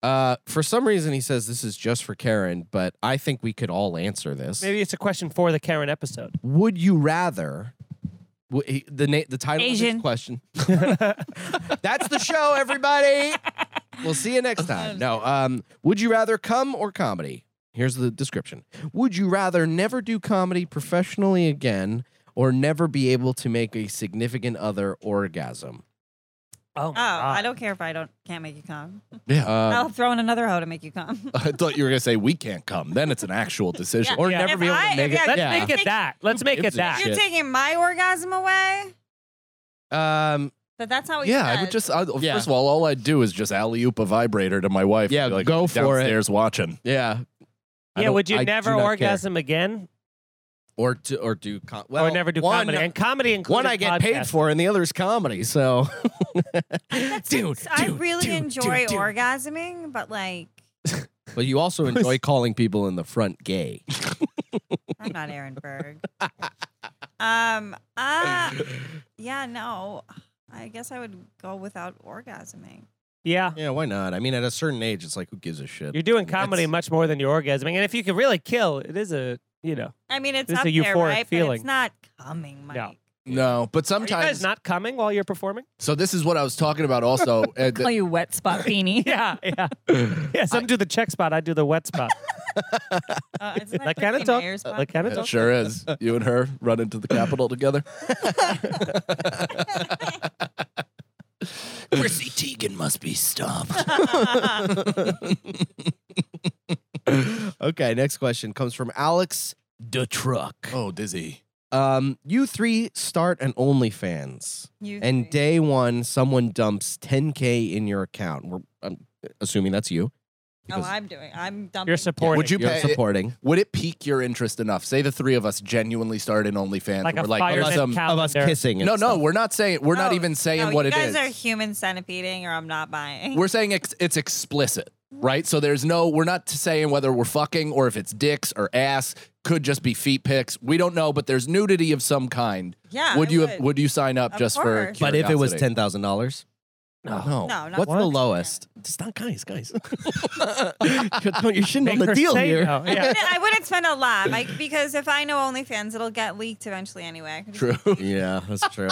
[SPEAKER 2] Uh, for some reason, he says this is just for Karen, but I think we could all answer this.
[SPEAKER 3] Maybe it's a question for the Karen episode.
[SPEAKER 2] Would you rather? w- he- The na- the title of
[SPEAKER 5] Asian.
[SPEAKER 2] this question. That's the show, everybody. We'll see you next time. No, um, would you rather come or comedy? Here's the description. Would you rather never do comedy professionally again, or never be able to make a significant other orgasm?
[SPEAKER 3] Oh, my
[SPEAKER 5] Oh,
[SPEAKER 3] God.
[SPEAKER 5] I don't care if I don't can't make you come.
[SPEAKER 4] yeah. Uh,
[SPEAKER 5] I'll throw in another hoe to make you come.
[SPEAKER 4] I thought you were gonna say we can't come. Then it's an actual decision.
[SPEAKER 2] Or
[SPEAKER 3] Yeah.
[SPEAKER 2] never
[SPEAKER 5] If
[SPEAKER 2] be able
[SPEAKER 5] I-
[SPEAKER 2] to make
[SPEAKER 5] if
[SPEAKER 2] it.
[SPEAKER 5] I-
[SPEAKER 3] Let's
[SPEAKER 2] yeah.
[SPEAKER 3] make it that. Let's make it
[SPEAKER 4] gives a
[SPEAKER 3] that.
[SPEAKER 5] You're
[SPEAKER 2] Shit.
[SPEAKER 5] taking my orgasm away.
[SPEAKER 2] Um,
[SPEAKER 5] But that's how. he
[SPEAKER 4] yeah, I
[SPEAKER 5] said.
[SPEAKER 4] would just. I,
[SPEAKER 2] Yeah.
[SPEAKER 4] First of all, all I'd do is just alley oop a vibrator to my wife.
[SPEAKER 2] Yeah,
[SPEAKER 4] Be like,
[SPEAKER 2] go for it.
[SPEAKER 4] downstairs watching.
[SPEAKER 2] yeah. I
[SPEAKER 3] yeah,
[SPEAKER 2] don't-
[SPEAKER 3] would you
[SPEAKER 2] I do
[SPEAKER 3] never
[SPEAKER 2] not care.
[SPEAKER 3] orgasm again,
[SPEAKER 2] or to or do com- well,
[SPEAKER 3] or never do
[SPEAKER 2] one,
[SPEAKER 3] comedy? And comedy includes
[SPEAKER 2] One I get paid for, and the other is comedy. So,
[SPEAKER 5] That's- I really enjoy orgasming, but like
[SPEAKER 2] But you also enjoy calling people in the front gay.
[SPEAKER 5] I'm not Aaron Berg. um. Uh, yeah. No. I guess I would go without orgasming.
[SPEAKER 3] Yeah,
[SPEAKER 2] Yeah, why not? I mean, at a certain age, it's like who gives a shit.
[SPEAKER 3] you're doing comedy much more than you're orgasming, and if you can really kill, it is a you know.
[SPEAKER 5] I mean, it's
[SPEAKER 3] It's
[SPEAKER 5] up
[SPEAKER 3] a
[SPEAKER 5] there,
[SPEAKER 3] euphoric
[SPEAKER 5] right? But
[SPEAKER 3] feeling.
[SPEAKER 5] it's not coming, Mike.
[SPEAKER 4] No, but
[SPEAKER 3] Are you guys
[SPEAKER 4] sometimes.
[SPEAKER 3] not coming while you're performing?
[SPEAKER 4] so this is what I was talking about. Also, uh,
[SPEAKER 6] Call Oh, you wet spot beanie.
[SPEAKER 3] Yeah, yeah, yeah. Some do the check spot. I do the wet spot.
[SPEAKER 5] Uh, isn't
[SPEAKER 3] That
[SPEAKER 5] that
[SPEAKER 3] kind of
[SPEAKER 5] Christy
[SPEAKER 3] talk.
[SPEAKER 5] Mayer's
[SPEAKER 3] That
[SPEAKER 5] podcast?
[SPEAKER 3] kind of
[SPEAKER 4] It
[SPEAKER 3] talk.
[SPEAKER 4] sure is. You and her run into the Capitol together. Chrissy Teigen must be stopped.
[SPEAKER 2] okay, next question comes from Alex the Truck.
[SPEAKER 4] Oh, dizzy.
[SPEAKER 2] Um, you three start an OnlyFans,
[SPEAKER 5] You
[SPEAKER 2] and
[SPEAKER 5] three.
[SPEAKER 2] day one, someone dumps 10k in your account. We're I'm assuming that's you.
[SPEAKER 5] oh,
[SPEAKER 2] because-
[SPEAKER 5] I'm doing. I'm dumping.
[SPEAKER 3] You're supporting.
[SPEAKER 4] Would you
[SPEAKER 2] You're
[SPEAKER 4] pay?
[SPEAKER 2] supporting.
[SPEAKER 4] would it pique your interest enough? Say the three of us genuinely started OnlyFans.
[SPEAKER 3] Like
[SPEAKER 4] we're
[SPEAKER 3] a
[SPEAKER 4] like,
[SPEAKER 3] fireman
[SPEAKER 4] there's some-
[SPEAKER 3] cal-
[SPEAKER 2] Of us
[SPEAKER 3] Calendar.
[SPEAKER 2] kissing. and
[SPEAKER 4] no, no,
[SPEAKER 2] stuff.
[SPEAKER 4] we're not saying. We're not
[SPEAKER 5] No,
[SPEAKER 4] even saying
[SPEAKER 5] Oh, no,
[SPEAKER 4] what
[SPEAKER 5] you
[SPEAKER 4] it is.
[SPEAKER 5] guys are human centipeding, or I'm not buying.
[SPEAKER 4] We're saying ex- it's explicit, right? So there's no, we're not saying whether we're fucking or if it's dicks or ass. Could just be feet pics. We don't know, but there's nudity of some kind.
[SPEAKER 5] Yeah,
[SPEAKER 4] Would
[SPEAKER 5] I
[SPEAKER 4] you
[SPEAKER 5] would.
[SPEAKER 4] have, would you sign up
[SPEAKER 5] Of
[SPEAKER 4] just
[SPEAKER 5] course.
[SPEAKER 4] for?
[SPEAKER 2] But if it was
[SPEAKER 4] curiosity?
[SPEAKER 2] ten thousand dollars,
[SPEAKER 4] no,
[SPEAKER 5] no, not
[SPEAKER 2] what's the
[SPEAKER 5] buying.
[SPEAKER 2] lowest? It's not guys, guys. Don't you shouldn't
[SPEAKER 3] Make
[SPEAKER 2] on the
[SPEAKER 3] her
[SPEAKER 2] deal
[SPEAKER 3] say
[SPEAKER 2] here.
[SPEAKER 3] no.
[SPEAKER 5] I
[SPEAKER 3] Yeah.
[SPEAKER 5] wouldn't, I wouldn't spend a lot, like because if I know OnlyFans, it'll get leaked eventually anyway. I could just-
[SPEAKER 4] true.
[SPEAKER 2] Yeah, that's true.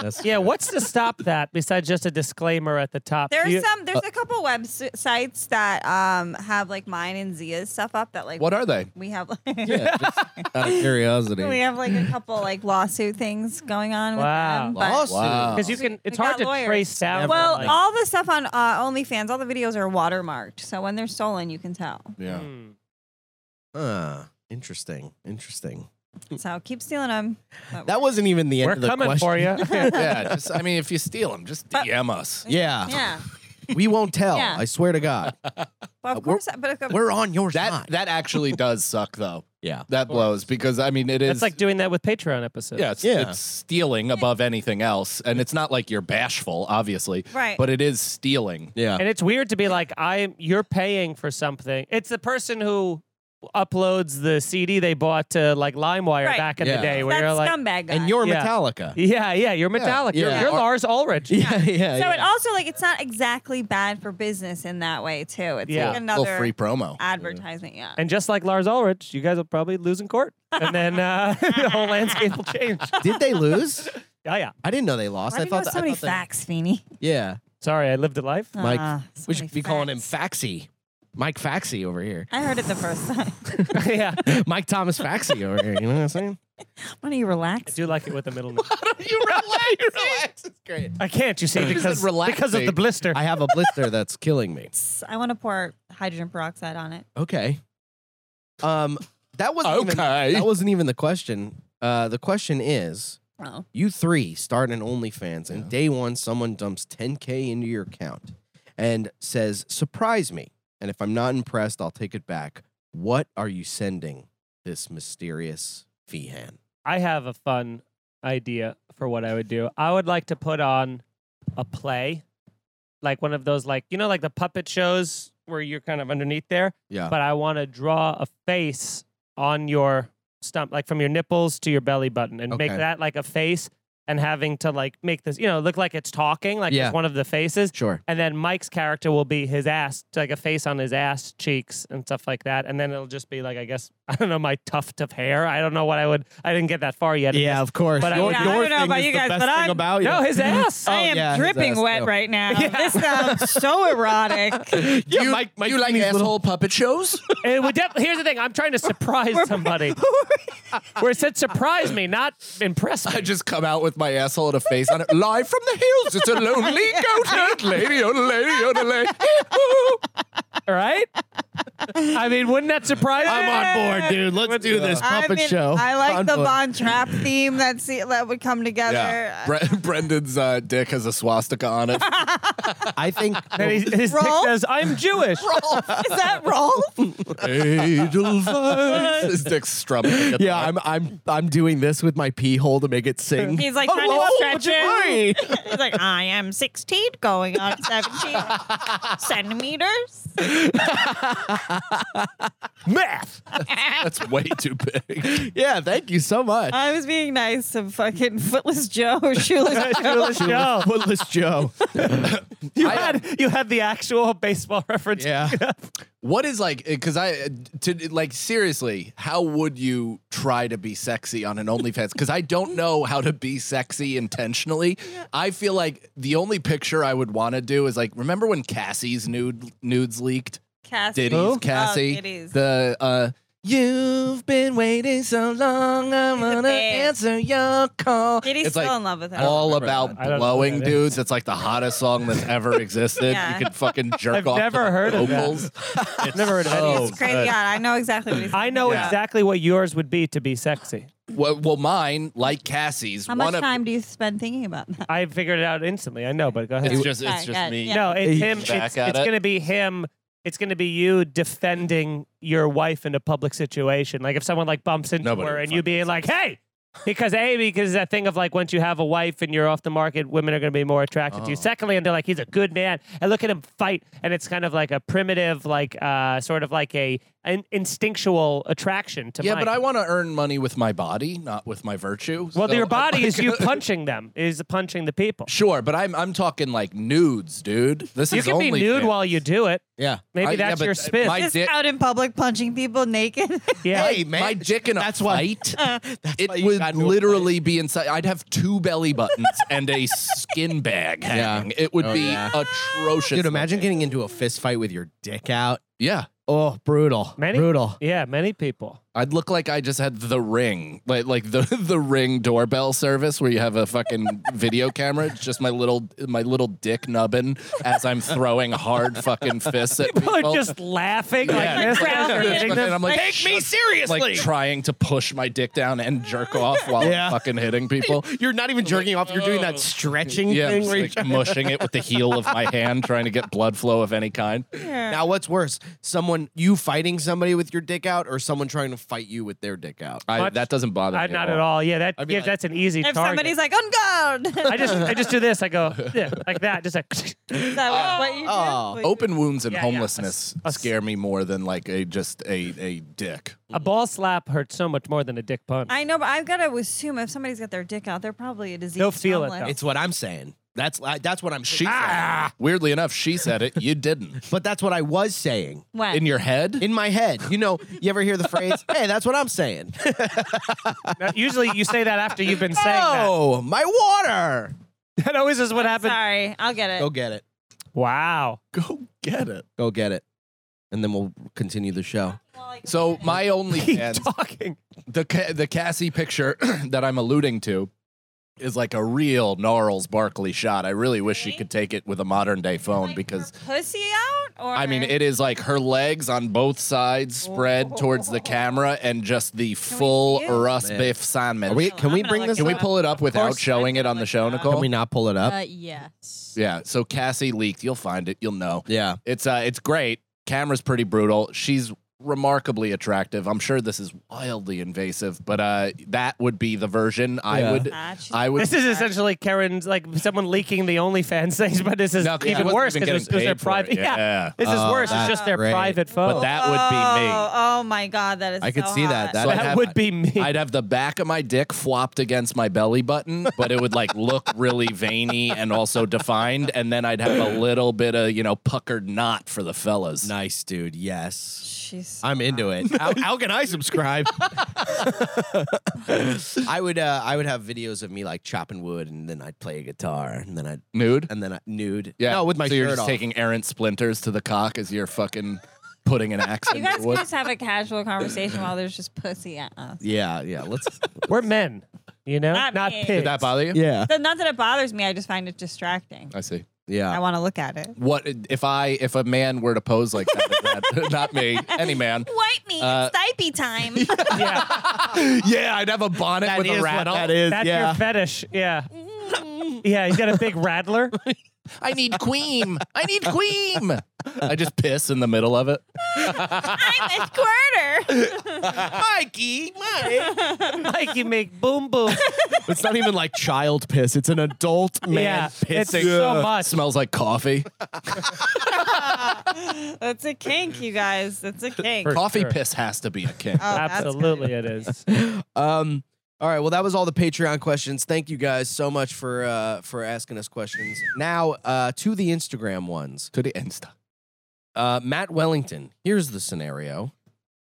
[SPEAKER 2] That's
[SPEAKER 3] yeah. What's to stop that besides just a disclaimer at the top?
[SPEAKER 5] There's
[SPEAKER 3] You-
[SPEAKER 5] some. There's a couple websites that um have like mine and Zia's stuff up that like
[SPEAKER 4] What are they?
[SPEAKER 5] we have.
[SPEAKER 2] Yeah, just out of curiosity.
[SPEAKER 5] we have like a couple like lawsuit things going on
[SPEAKER 3] Wow.
[SPEAKER 5] with them. but-
[SPEAKER 4] Wow.
[SPEAKER 3] because you can. It's
[SPEAKER 5] got
[SPEAKER 3] hard to
[SPEAKER 5] lawyers.
[SPEAKER 3] trace down.
[SPEAKER 5] Well,
[SPEAKER 3] like-
[SPEAKER 5] all the stuff on uh, OnlyFans, all the videos are watermarked, so when they're stolen, you can tell.
[SPEAKER 4] Yeah.
[SPEAKER 3] Hmm.
[SPEAKER 2] Huh. Ah, Interesting. Interesting.
[SPEAKER 5] So keep stealing them. But-
[SPEAKER 2] That wasn't even the end
[SPEAKER 3] we're
[SPEAKER 2] of the
[SPEAKER 3] coming
[SPEAKER 2] question.
[SPEAKER 3] for you.
[SPEAKER 4] yeah, just I mean, if you steal them, just
[SPEAKER 5] But-
[SPEAKER 4] DM us.
[SPEAKER 2] Yeah.
[SPEAKER 5] yeah,
[SPEAKER 2] We won't tell.
[SPEAKER 5] Yeah.
[SPEAKER 2] I swear to God.
[SPEAKER 5] but of
[SPEAKER 2] uh, We're-
[SPEAKER 5] course, but of-
[SPEAKER 2] We're on your
[SPEAKER 4] That
[SPEAKER 2] side.
[SPEAKER 4] that actually does suck though.
[SPEAKER 2] yeah.
[SPEAKER 4] That blows because I mean it is
[SPEAKER 3] That's like doing that with Patreon episodes.
[SPEAKER 4] yeah, it's,
[SPEAKER 2] Yeah.
[SPEAKER 4] it's stealing above anything else, and it's not like you're bashful, obviously,
[SPEAKER 5] Right.
[SPEAKER 4] But it is stealing.
[SPEAKER 2] Yeah.
[SPEAKER 3] And it's weird to be like, I'm you're paying for something. It's the person who uploads the CD they bought to like LimeWire
[SPEAKER 5] Right.
[SPEAKER 3] back in
[SPEAKER 2] Yeah.
[SPEAKER 3] the day, where
[SPEAKER 5] that
[SPEAKER 3] you're like,
[SPEAKER 5] scumbag guy.
[SPEAKER 2] And you're
[SPEAKER 3] Yeah.
[SPEAKER 2] Metallica.
[SPEAKER 3] yeah, yeah, you're Metallica, you're,
[SPEAKER 2] yeah.
[SPEAKER 3] you're Lars Ulrich.
[SPEAKER 2] Yeah. Yeah.
[SPEAKER 5] so it
[SPEAKER 2] yeah.
[SPEAKER 5] also like it's not exactly bad for business in that way too. It's
[SPEAKER 3] Yeah.
[SPEAKER 5] like
[SPEAKER 4] Little
[SPEAKER 5] another
[SPEAKER 4] free promo.
[SPEAKER 5] advertisement. Yeah.
[SPEAKER 3] And just like Lars Ulrich, you guys will probably lose in court, and then uh, the whole landscape will change.
[SPEAKER 2] Did they lose?
[SPEAKER 3] Yeah, yeah.
[SPEAKER 2] I didn't know they lost.
[SPEAKER 5] Why do
[SPEAKER 2] I
[SPEAKER 5] you
[SPEAKER 2] thought
[SPEAKER 5] know
[SPEAKER 2] that,
[SPEAKER 5] so
[SPEAKER 2] I
[SPEAKER 5] many
[SPEAKER 2] thought that-
[SPEAKER 5] facts, Feeny?
[SPEAKER 2] Yeah.
[SPEAKER 3] Sorry, I lived a life.
[SPEAKER 2] Mike,
[SPEAKER 5] Ah, so
[SPEAKER 2] we
[SPEAKER 5] many
[SPEAKER 2] should be calling him
[SPEAKER 5] facts.
[SPEAKER 2] Faxy. Mike Faxi over here.
[SPEAKER 5] I heard it the first time.
[SPEAKER 3] yeah.
[SPEAKER 2] Mike Thomas Faxi over here. You know what I'm saying?
[SPEAKER 5] Why don't you
[SPEAKER 3] I
[SPEAKER 5] relax?
[SPEAKER 3] do like it with the middle name.
[SPEAKER 4] you relax. you relax. It's great.
[SPEAKER 3] I can't, you see,
[SPEAKER 4] You said
[SPEAKER 3] because,
[SPEAKER 4] relaxing.
[SPEAKER 3] because of the blister.
[SPEAKER 2] I have a blister that's killing me.
[SPEAKER 5] I want to pour hydrogen peroxide on it.
[SPEAKER 2] Okay. Um, that wasn't even,
[SPEAKER 4] Okay.
[SPEAKER 2] that wasn't even the question. Uh, the question is,
[SPEAKER 5] Oh.
[SPEAKER 2] you three start an OnlyFans, and day one, someone dumps 10k into your account and says, "Surprise me!" And if I'm not impressed, I'll take it back. What are you sending this mysterious Feehan?
[SPEAKER 3] I have a fun idea for what I would do. I would like to put on a play, like one of those, like you know, like the puppet shows where you're kind of underneath there.
[SPEAKER 2] Yeah.
[SPEAKER 3] But I want to draw a face on your stump, like from your nipples to your belly button, and make
[SPEAKER 2] Okay.
[SPEAKER 3] that like a face, and having to like make this, you know, look like it's talking, like
[SPEAKER 2] Yeah.
[SPEAKER 3] it's one of the faces.
[SPEAKER 2] Sure.
[SPEAKER 3] And then Mike's character will be his ass, like a face on his ass, cheeks, and stuff like that. And then it'll just be like, I guess, I don't know, my tuft of hair. I don't know what I would, I didn't get that far yet. in
[SPEAKER 2] of course.
[SPEAKER 3] But I-
[SPEAKER 5] Yeah, I don't know about you guys, but I'm-
[SPEAKER 2] about
[SPEAKER 3] this. No, his ass.
[SPEAKER 5] I am
[SPEAKER 2] Oh, yeah, his
[SPEAKER 5] dripping
[SPEAKER 2] ass,
[SPEAKER 5] wet
[SPEAKER 2] yeah.
[SPEAKER 5] right now. This sounds so erotic.
[SPEAKER 4] Yeah, you, Mike, you like asshole puppet shows?
[SPEAKER 3] It would def- here's the thing I'm trying to surprise somebody. Where it said surprise me, not impress
[SPEAKER 4] I
[SPEAKER 3] me.
[SPEAKER 4] just come out with my asshole and a face on it. Live from the hills, it's a lonely goat herd. Lady, oh lady, oh lady.
[SPEAKER 3] Right? I mean, wouldn't that surprise me?
[SPEAKER 2] on board, dude. Let's do this
[SPEAKER 5] I mean, I like the Von Trapp theme that see, that would come together.
[SPEAKER 4] Yeah, Bre- Brendan's uh, dick has a swastika on it.
[SPEAKER 2] I think
[SPEAKER 3] And his, his dick
[SPEAKER 5] Roll?
[SPEAKER 3] says, I'm Jewish.
[SPEAKER 5] Is that Rolf?
[SPEAKER 4] Edelweiss. His dick's strumming. the
[SPEAKER 2] Yeah,
[SPEAKER 4] guitar.
[SPEAKER 2] I'm I'm I'm doing this with my pee hole to make it sing.
[SPEAKER 5] He's like trying
[SPEAKER 2] Hello,
[SPEAKER 5] to stretch
[SPEAKER 2] Jeffrey.
[SPEAKER 5] it. He's like, I am 16 going on 17 centimeters.
[SPEAKER 2] Math.
[SPEAKER 4] That's way too big.
[SPEAKER 2] Yeah, thank you so much.
[SPEAKER 5] I was being nice to fucking Footless Joe, Shoeless Joe.
[SPEAKER 3] Jewish Joe.
[SPEAKER 2] Footless Joe.
[SPEAKER 3] You had, you had the actual baseball reference.
[SPEAKER 2] Yeah.
[SPEAKER 4] What is like? Because I uh, to like seriously, how would you try to be sexy on an OnlyFans? Because I don't know how to be sexy intentionally. I feel like the only picture I would want to do is like, remember when Cassie's nude nudes leaked?
[SPEAKER 5] Cassie.
[SPEAKER 4] Diddy's Cassie.
[SPEAKER 5] Oh, Diddy's.
[SPEAKER 4] The uh You've been waiting so long, I wanna
[SPEAKER 5] best.
[SPEAKER 4] answer your call.
[SPEAKER 5] Diddy's
[SPEAKER 4] it's
[SPEAKER 5] still
[SPEAKER 4] like
[SPEAKER 5] in love with her.
[SPEAKER 4] all
[SPEAKER 3] remember
[SPEAKER 4] about
[SPEAKER 3] that. I don't know
[SPEAKER 4] blowing
[SPEAKER 3] what that
[SPEAKER 4] dudes. It's like the hottest song that's ever existed.
[SPEAKER 5] Yeah.
[SPEAKER 4] You can fucking jerk
[SPEAKER 3] I've
[SPEAKER 4] off. to
[SPEAKER 3] never
[SPEAKER 4] the
[SPEAKER 3] heard of that.
[SPEAKER 4] vocals.
[SPEAKER 3] Never heard of that.
[SPEAKER 4] so
[SPEAKER 5] It's crazy.
[SPEAKER 4] good.
[SPEAKER 5] Yeah, I know exactly what he's
[SPEAKER 3] I know
[SPEAKER 4] Yeah.
[SPEAKER 3] exactly what yours would be to be sexy.
[SPEAKER 4] Well, well, mine, like Cassie's,
[SPEAKER 5] How
[SPEAKER 4] one
[SPEAKER 5] much
[SPEAKER 4] of
[SPEAKER 5] time do you spend thinking about that?
[SPEAKER 3] I figured it out instantly. I know, but go ahead.
[SPEAKER 4] it's just
[SPEAKER 5] Sorry,
[SPEAKER 4] it's
[SPEAKER 5] go ahead.
[SPEAKER 4] just me.
[SPEAKER 5] Yeah.
[SPEAKER 3] No, it's
[SPEAKER 2] He-
[SPEAKER 3] him.
[SPEAKER 4] Back
[SPEAKER 3] It's,
[SPEAKER 4] at
[SPEAKER 3] it's
[SPEAKER 4] it.
[SPEAKER 3] going to be him. It's going to be you defending your wife in a public situation. Like if someone like bumps into
[SPEAKER 4] Nobody
[SPEAKER 3] her
[SPEAKER 4] would
[SPEAKER 3] and you
[SPEAKER 4] fucking
[SPEAKER 3] being like, "Hey," because a because that thing of like once you have a wife and you're off the market, women are going to be more attracted
[SPEAKER 4] Oh.
[SPEAKER 3] to you. Secondly, and they're like, "He's a good man," and look at him fight, and it's kind of like a primitive, like uh, sort of like a an instinctual attraction to.
[SPEAKER 4] Yeah,
[SPEAKER 3] Mike.
[SPEAKER 4] but I want to earn money with my body, not with my virtue.
[SPEAKER 3] Well,
[SPEAKER 4] So,
[SPEAKER 3] your body is you punching them, is punching the people.
[SPEAKER 4] Sure, but I'm I'm talking like nudes, dude. This
[SPEAKER 3] You
[SPEAKER 4] is
[SPEAKER 3] can be
[SPEAKER 4] only
[SPEAKER 3] nude while you do it.
[SPEAKER 2] Yeah.
[SPEAKER 3] Maybe
[SPEAKER 4] I- yeah,
[SPEAKER 3] that's
[SPEAKER 4] but,
[SPEAKER 3] your
[SPEAKER 4] uh,
[SPEAKER 3] spin.
[SPEAKER 4] my- I
[SPEAKER 5] Just
[SPEAKER 4] did-
[SPEAKER 5] out in public punching people naked.
[SPEAKER 3] yeah.
[SPEAKER 4] Hey, man, my dick in a that's fight. it
[SPEAKER 2] why you
[SPEAKER 4] would
[SPEAKER 2] got into a
[SPEAKER 4] literally be inside. I'd have two belly buttons and a skin bag. Hanging. It would
[SPEAKER 2] Oh,
[SPEAKER 4] be
[SPEAKER 2] yeah.
[SPEAKER 4] atrocious.
[SPEAKER 2] Dude, imagine getting into a fist fight with your dick out.
[SPEAKER 4] Yeah,
[SPEAKER 2] Oh, brutal.
[SPEAKER 3] Many-
[SPEAKER 2] Brutal.
[SPEAKER 3] Yeah, many people.
[SPEAKER 4] I'd look like I just had the ring, like like the the ring doorbell service where you have a fucking video camera. It's just my little my little dick nubbin as I'm throwing hard fucking fists at people.
[SPEAKER 3] People are just laughing
[SPEAKER 4] Yeah.
[SPEAKER 3] like this.
[SPEAKER 5] Like
[SPEAKER 3] guy's
[SPEAKER 5] crowd
[SPEAKER 3] hitting
[SPEAKER 4] and I'm
[SPEAKER 3] them.
[SPEAKER 4] like,
[SPEAKER 2] Take me
[SPEAKER 4] shut-
[SPEAKER 2] seriously.
[SPEAKER 4] Like trying to push my dick down and jerk off while
[SPEAKER 2] Yeah.
[SPEAKER 4] I'm fucking hitting people.
[SPEAKER 2] You're not even jerking off. You're doing that stretching
[SPEAKER 4] Yeah, I'm
[SPEAKER 2] thing.
[SPEAKER 4] just,
[SPEAKER 2] where you
[SPEAKER 4] like mushing it with the heel of my hand, trying to get blood flow of any kind.
[SPEAKER 2] Now, what's worse, someone you fighting somebody with your dick out, or someone trying to fight you with their dick out?
[SPEAKER 4] I,
[SPEAKER 3] Much-
[SPEAKER 4] that doesn't bother
[SPEAKER 3] I,
[SPEAKER 4] me.
[SPEAKER 3] not at all. Yeah, that
[SPEAKER 2] I'd be
[SPEAKER 3] yeah,
[SPEAKER 2] like-
[SPEAKER 3] that's an easy
[SPEAKER 5] if
[SPEAKER 3] target.
[SPEAKER 5] somebody's like, on guard.
[SPEAKER 3] I just I just do this. I go yeah, like that. Just like
[SPEAKER 5] Is that what you do?
[SPEAKER 2] oh.
[SPEAKER 5] What you-
[SPEAKER 4] Open wounds and
[SPEAKER 3] Yeah, yeah.
[SPEAKER 4] homelessness
[SPEAKER 3] A s-
[SPEAKER 4] scare me more than like a just a a dick.
[SPEAKER 3] a ball slap hurts so much more than a dick punch.
[SPEAKER 5] I know, but I've got to assume if somebody's got their dick out, they're probably a disease.
[SPEAKER 3] They'll feel it,
[SPEAKER 5] homeless.
[SPEAKER 3] though.
[SPEAKER 2] It's what I'm saying. That's I- that's what I'm.
[SPEAKER 4] She
[SPEAKER 2] saying.
[SPEAKER 3] Ah!
[SPEAKER 4] said it. Weirdly enough, she said it. You didn't.
[SPEAKER 2] But that's what I was saying
[SPEAKER 5] When?
[SPEAKER 4] In your head?
[SPEAKER 2] in my head. You know, you ever hear the phrase? Hey, that's what I'm saying.
[SPEAKER 3] Now, usually you say that after you've been saying
[SPEAKER 2] oh, my water.
[SPEAKER 3] that. That always is what happens.
[SPEAKER 5] Sorry, I'll get it.
[SPEAKER 2] Go get it.
[SPEAKER 3] Wow.
[SPEAKER 4] Go get it.
[SPEAKER 2] Go get it. and then we'll continue the show.
[SPEAKER 4] So my only
[SPEAKER 3] Keep
[SPEAKER 4] fans-
[SPEAKER 3] talking.
[SPEAKER 4] the Ca- the Cassie picture that I'm alluding to is like a real Gnarls Barkley shot. I really wish she could take it with a modern day phone because
[SPEAKER 5] pussy out, or
[SPEAKER 4] I mean it is like her legs on both sides spread towards
[SPEAKER 3] Oh.
[SPEAKER 4] the camera and just the full
[SPEAKER 5] see it?
[SPEAKER 4] Russ
[SPEAKER 2] Man.
[SPEAKER 4] Biff Sandman.
[SPEAKER 2] Are we?
[SPEAKER 5] I'm
[SPEAKER 2] Can we
[SPEAKER 5] gonna
[SPEAKER 2] bring
[SPEAKER 5] look
[SPEAKER 2] this?
[SPEAKER 4] Can we
[SPEAKER 2] up?
[SPEAKER 4] pull it up without
[SPEAKER 5] course.
[SPEAKER 4] showing it on the show,
[SPEAKER 5] Can
[SPEAKER 4] Nicole?
[SPEAKER 2] Can we not pull it up?
[SPEAKER 6] Uh, yes.
[SPEAKER 4] yeah. So Cassie leaked. You'll find it. You'll know.
[SPEAKER 2] yeah.
[SPEAKER 4] It's uh, it's great. Camera's pretty brutal. She's remarkably attractive. I'm sure this is wildly invasive, but uh, that would be the version I
[SPEAKER 2] Yeah.
[SPEAKER 4] would.
[SPEAKER 5] Ah, she's-
[SPEAKER 4] I would.
[SPEAKER 3] This is essentially Karen's, like someone leaking the OnlyFans things, but this is
[SPEAKER 4] No, 'cause she
[SPEAKER 3] even
[SPEAKER 4] wasn't
[SPEAKER 3] worse
[SPEAKER 4] even
[SPEAKER 3] because it's because
[SPEAKER 4] getting
[SPEAKER 3] they're
[SPEAKER 4] paid for
[SPEAKER 3] private.
[SPEAKER 4] it. Yeah.
[SPEAKER 3] this
[SPEAKER 2] Oh,
[SPEAKER 3] is worse. It's
[SPEAKER 2] that's
[SPEAKER 3] just their
[SPEAKER 2] great.
[SPEAKER 3] private phone.
[SPEAKER 4] But that would be me.
[SPEAKER 5] Oh, oh my god, that is.
[SPEAKER 2] I could
[SPEAKER 5] so
[SPEAKER 2] see that.
[SPEAKER 5] hot.
[SPEAKER 2] That-
[SPEAKER 4] So
[SPEAKER 3] That
[SPEAKER 4] I'd have-
[SPEAKER 3] would be me.
[SPEAKER 4] I'd have the back of my dick flopped against my belly button, but it would like look really veiny and also defined. And then I'd have a little bit of, you know, puckered knot for the fellas.
[SPEAKER 2] Nice, dude. Yes.
[SPEAKER 5] She's.
[SPEAKER 2] I'm into it. How, how can I subscribe? I would. Uh, I would have videos of me like chopping wood, and then I'd play a guitar, and then I would
[SPEAKER 4] Nude?
[SPEAKER 2] and then I, nude.
[SPEAKER 4] Yeah.
[SPEAKER 2] No, with my
[SPEAKER 4] so
[SPEAKER 2] shirt
[SPEAKER 4] you're just
[SPEAKER 2] off.
[SPEAKER 4] taking errant splinters to the cock as you're fucking putting an axe
[SPEAKER 5] You
[SPEAKER 4] into
[SPEAKER 5] guys can
[SPEAKER 4] wood.
[SPEAKER 5] just have a casual conversation while there's just pussy at us.
[SPEAKER 2] yeah, yeah. Let's.
[SPEAKER 3] We're men, you know,
[SPEAKER 5] Not
[SPEAKER 3] not,
[SPEAKER 5] me.
[SPEAKER 3] pigs.
[SPEAKER 4] Did that bother you?
[SPEAKER 2] yeah,
[SPEAKER 5] So not that it bothers me. I just find it distracting.
[SPEAKER 4] I see.
[SPEAKER 5] I
[SPEAKER 2] yeah.
[SPEAKER 5] want to look at it.
[SPEAKER 4] What if I if a man were to pose like that? is that- not me, any man.
[SPEAKER 5] Wipe me.
[SPEAKER 4] Uh,
[SPEAKER 5] it's stipey time.
[SPEAKER 3] yeah,
[SPEAKER 4] Yeah, I'd have a bonnet with a rattle.
[SPEAKER 2] is.
[SPEAKER 3] that's your fetish. Yeah, yeah. He's got a big rattler.
[SPEAKER 4] I need queen. I need queen. I just piss in the middle of it.
[SPEAKER 5] I'm a squirter.
[SPEAKER 4] Mikey, Mike.
[SPEAKER 3] Like you make boom boom.
[SPEAKER 2] it's not even like child piss. It's an adult
[SPEAKER 3] yeah, it's so much.
[SPEAKER 4] Smells like coffee.
[SPEAKER 5] That's a kink, you guys. That's a kink.
[SPEAKER 3] For-
[SPEAKER 5] Oh,
[SPEAKER 4] coffee
[SPEAKER 3] sure.
[SPEAKER 4] piss has to be a king.
[SPEAKER 5] that's good.
[SPEAKER 3] Absolutely, it is.
[SPEAKER 2] Um. All right. Well, that was all the Patreon questions. Thank you guys so much for uh for asking us questions. Now, uh, to the Instagram ones.
[SPEAKER 4] to the Insta.
[SPEAKER 2] Uh, Matt Wellington. Here's the scenario.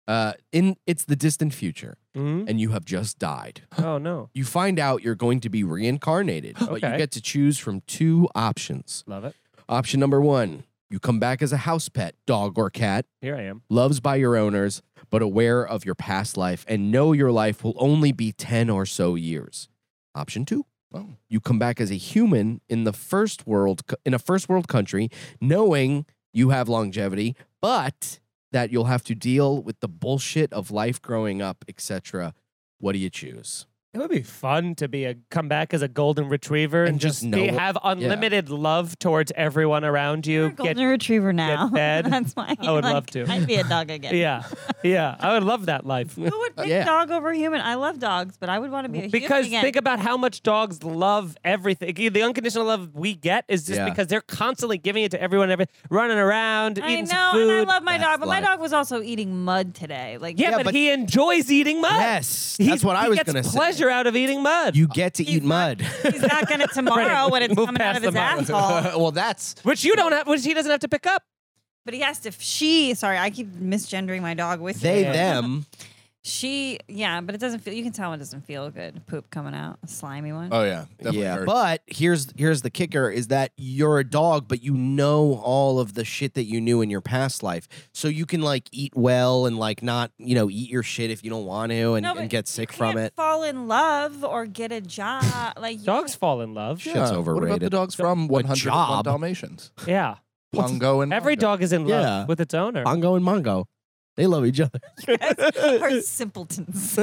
[SPEAKER 2] Uh, in it's the distant future,
[SPEAKER 3] Mhm.
[SPEAKER 2] and you have just died.
[SPEAKER 3] Oh no,
[SPEAKER 2] You find out you're going to be reincarnated, but you
[SPEAKER 3] Okay.
[SPEAKER 2] get to choose from two options.
[SPEAKER 3] love it.
[SPEAKER 2] Option number one: you come back as a house pet, dog or cat,
[SPEAKER 3] Here I am.
[SPEAKER 2] loves by your owners, but aware of your past life and know your life will only be 10 or so years. Option two.
[SPEAKER 4] Oh.
[SPEAKER 2] You come back as a human in the first world co- in a first world country, knowing you have longevity, but that you'll have to deal with the bullshit of life growing up, etc. What do you choose?
[SPEAKER 3] It would be fun to be a come back as a golden retriever and,
[SPEAKER 2] And just
[SPEAKER 3] just be,
[SPEAKER 2] know-
[SPEAKER 3] have unlimited love towards everyone around you.
[SPEAKER 5] golden
[SPEAKER 3] Get,
[SPEAKER 5] retriever now.
[SPEAKER 3] fed.
[SPEAKER 5] That's why
[SPEAKER 3] I would love to.
[SPEAKER 5] I'd be a dog again.
[SPEAKER 3] yeah, yeah. I would love that life.
[SPEAKER 5] Who would pick
[SPEAKER 2] Yeah.
[SPEAKER 5] dog over human? I love dogs, but I would want to be a
[SPEAKER 3] Because
[SPEAKER 5] human again.
[SPEAKER 3] think about how much dogs love everything. The unconditional love we get is just
[SPEAKER 2] Yeah.
[SPEAKER 3] because they're constantly giving it to everyone, every running around,
[SPEAKER 5] I
[SPEAKER 3] eating
[SPEAKER 5] know,
[SPEAKER 3] some food.
[SPEAKER 5] and I love my
[SPEAKER 2] That's
[SPEAKER 5] dog, but my
[SPEAKER 2] life.
[SPEAKER 5] dog was also eating mud today. Like,
[SPEAKER 3] yeah, but,
[SPEAKER 2] but-
[SPEAKER 3] he enjoys eating mud.
[SPEAKER 2] Yes,
[SPEAKER 3] He-
[SPEAKER 2] that's what I
[SPEAKER 3] he
[SPEAKER 2] was
[SPEAKER 3] gets
[SPEAKER 2] gonna say.
[SPEAKER 3] pleasure out of eating mud.
[SPEAKER 2] You get to eat
[SPEAKER 5] not-
[SPEAKER 2] mud.
[SPEAKER 5] he's not gonna tomorrow when it's
[SPEAKER 3] Move
[SPEAKER 5] coming out
[SPEAKER 3] past
[SPEAKER 5] of his
[SPEAKER 3] the mud.
[SPEAKER 5] asshole.
[SPEAKER 4] well, that's
[SPEAKER 3] which you don't have, which he doesn't have to pick up.
[SPEAKER 5] But he has to. She, sorry, I keep misgendering my dog with
[SPEAKER 2] they
[SPEAKER 5] you.
[SPEAKER 2] them.
[SPEAKER 5] She, yeah, but it doesn't feel. You can tell it doesn't feel good. Poop coming out, a slimy one.
[SPEAKER 4] oh yeah, definitely
[SPEAKER 2] yeah,
[SPEAKER 4] hurt.
[SPEAKER 2] but here's here's the kicker: is that you're a dog, but you know all of the shit that you knew in your past life, so you can like eat well and like not you know eat your shit if you don't want to and,
[SPEAKER 5] No, but
[SPEAKER 2] and get sick
[SPEAKER 5] You
[SPEAKER 2] from
[SPEAKER 5] can't
[SPEAKER 2] it.
[SPEAKER 5] Fall in love or get a job. Like you
[SPEAKER 3] Dogs
[SPEAKER 5] can't-
[SPEAKER 3] fall in love.
[SPEAKER 2] Shit's
[SPEAKER 4] Yeah, What about the
[SPEAKER 2] overrated.
[SPEAKER 4] dogs from 101
[SPEAKER 2] job.
[SPEAKER 4] Dalmatians?
[SPEAKER 3] Yeah.
[SPEAKER 4] Pongo and
[SPEAKER 3] Every
[SPEAKER 4] Mongo.
[SPEAKER 3] dog is in love
[SPEAKER 2] Yeah.
[SPEAKER 3] with its owner.
[SPEAKER 2] Mongo and Mongo, they love each other.
[SPEAKER 5] are simpletons.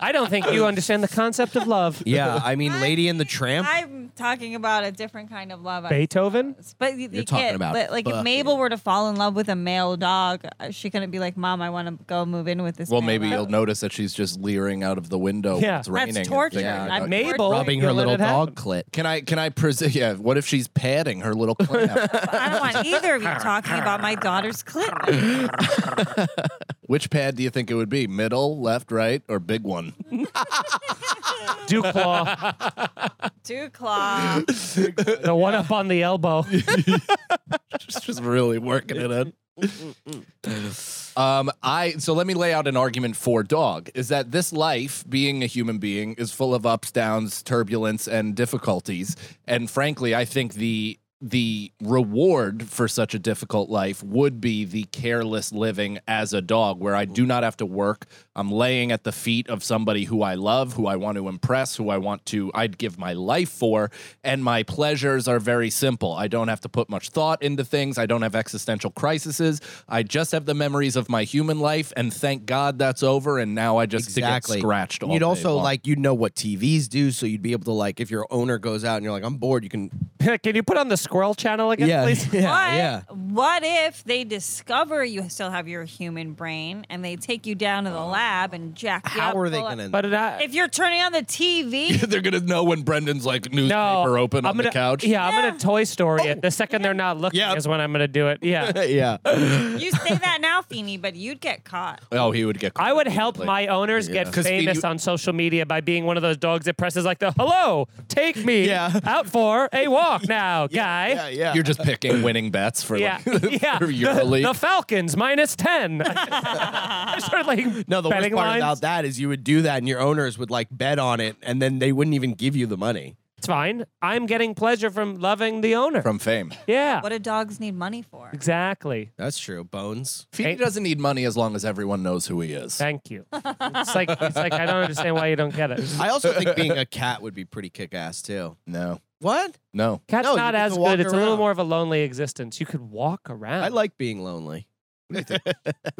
[SPEAKER 3] I don't think you understand the concept of love.
[SPEAKER 2] yeah, I mean, Lady and the Tramp.
[SPEAKER 5] I'm talking about a different kind of love. I
[SPEAKER 3] Beethoven?
[SPEAKER 5] suppose. But you,
[SPEAKER 2] You're talking
[SPEAKER 5] can't-
[SPEAKER 2] about
[SPEAKER 5] but, like if
[SPEAKER 2] fucking-
[SPEAKER 5] Mabel were to fall in love with a male dog, uh, she couldn't be like, "Mom, I want to go move in with this."
[SPEAKER 4] Well,
[SPEAKER 5] male
[SPEAKER 4] maybe
[SPEAKER 5] dog."
[SPEAKER 4] you'll notice that she's just leering out of the window. when
[SPEAKER 3] Yeah.
[SPEAKER 4] it's
[SPEAKER 3] That's
[SPEAKER 4] raining. and
[SPEAKER 5] torture.
[SPEAKER 4] things
[SPEAKER 5] Yeah,
[SPEAKER 4] like
[SPEAKER 5] I'd
[SPEAKER 4] that.
[SPEAKER 5] make-
[SPEAKER 3] Mabel.
[SPEAKER 2] rubbing
[SPEAKER 3] you'll
[SPEAKER 2] her
[SPEAKER 3] let
[SPEAKER 2] little
[SPEAKER 3] it happen.
[SPEAKER 2] dog clit.
[SPEAKER 4] Can I can I present? Yeah. What if she's padding her little clam?
[SPEAKER 5] I don't want either of you talking about my daughter's clit.
[SPEAKER 4] Which pad do you think it would be? Middle, left, right, or big one?
[SPEAKER 3] Duke Claw,
[SPEAKER 5] Two claw.
[SPEAKER 3] the one up on the elbow.
[SPEAKER 4] She's just really working it in. Um, I so let me lay out an argument for dog is that this life, being a human being, is full of ups, downs, turbulence, and difficulties. And frankly, I think the the reward for such a difficult life would be the careless living as a dog, where I do not have to work. I'm laying at the feet of somebody who I love, who I want to impress, who I want to, I'd give my life for. And my pleasures are very simple. I don't have to put much thought into things. I don't have existential crises. I just have the memories of my human life. And thank God that's over. And now I just
[SPEAKER 2] exactly
[SPEAKER 4] get scratched all
[SPEAKER 2] You'd
[SPEAKER 4] day
[SPEAKER 2] also
[SPEAKER 4] long.
[SPEAKER 2] like you know what TVs do, so you'd be able to like if your owner goes out and you're like I'm bored, you can
[SPEAKER 3] Can you put on the squirrel channel again, please?
[SPEAKER 5] But what if they discover you still have your human brain and they take you down to the lab and jack you
[SPEAKER 2] How
[SPEAKER 5] up
[SPEAKER 2] are they
[SPEAKER 5] full of-
[SPEAKER 2] gonna?
[SPEAKER 3] But it, uh, I,
[SPEAKER 5] If you're turning on the TV,
[SPEAKER 4] They're gonna know when Brendan's like newspaper
[SPEAKER 3] no,
[SPEAKER 4] open
[SPEAKER 3] I'm
[SPEAKER 4] on
[SPEAKER 3] gonna,
[SPEAKER 4] the couch. Oh.
[SPEAKER 3] Yeah, I'm gonna Toy Story it. The second they're not looking
[SPEAKER 4] Yeah.
[SPEAKER 3] is when I'm gonna do it. Yeah.
[SPEAKER 2] yeah,
[SPEAKER 5] you say that now, Feeny, but you'd get caught.
[SPEAKER 4] Oh, he would get.
[SPEAKER 3] I would help
[SPEAKER 4] completely.
[SPEAKER 3] my owners get
[SPEAKER 4] 'Cause, Phoebe,
[SPEAKER 3] famous
[SPEAKER 4] you-
[SPEAKER 3] on social media by being one of those dogs that presses like the hello, take me
[SPEAKER 2] Yeah.
[SPEAKER 3] out for a walk now, guy.
[SPEAKER 2] yeah, yeah.
[SPEAKER 4] You're just picking winning bets for
[SPEAKER 3] Yeah,
[SPEAKER 4] like
[SPEAKER 3] yeah.
[SPEAKER 4] for Europa
[SPEAKER 3] The,
[SPEAKER 4] League.
[SPEAKER 3] the Falcons minus ten. I started like
[SPEAKER 2] no, the worst
[SPEAKER 3] betting
[SPEAKER 2] part
[SPEAKER 3] lines.
[SPEAKER 2] about that is you would do that, and your owners would like bet on it, and then they wouldn't even give you the money.
[SPEAKER 3] It's fine. I'm getting pleasure from loving the owner.
[SPEAKER 4] from fame.
[SPEAKER 3] yeah,
[SPEAKER 5] What do dogs need money for?
[SPEAKER 3] exactly.
[SPEAKER 2] That's true. Bones.
[SPEAKER 4] He
[SPEAKER 3] Ain't-
[SPEAKER 4] doesn't need money as long as everyone knows who he is.
[SPEAKER 3] Thank you. It's like it's like I don't understand why you don't get it.
[SPEAKER 2] I also think being a cat would be pretty kick ass too.
[SPEAKER 4] No,
[SPEAKER 2] What?
[SPEAKER 4] no.
[SPEAKER 3] Cat's
[SPEAKER 2] No, you
[SPEAKER 3] not
[SPEAKER 2] get
[SPEAKER 3] as
[SPEAKER 2] to walk
[SPEAKER 3] good. It's a little
[SPEAKER 2] around.
[SPEAKER 3] more of a lonely existence. You could walk around.
[SPEAKER 2] I like being lonely.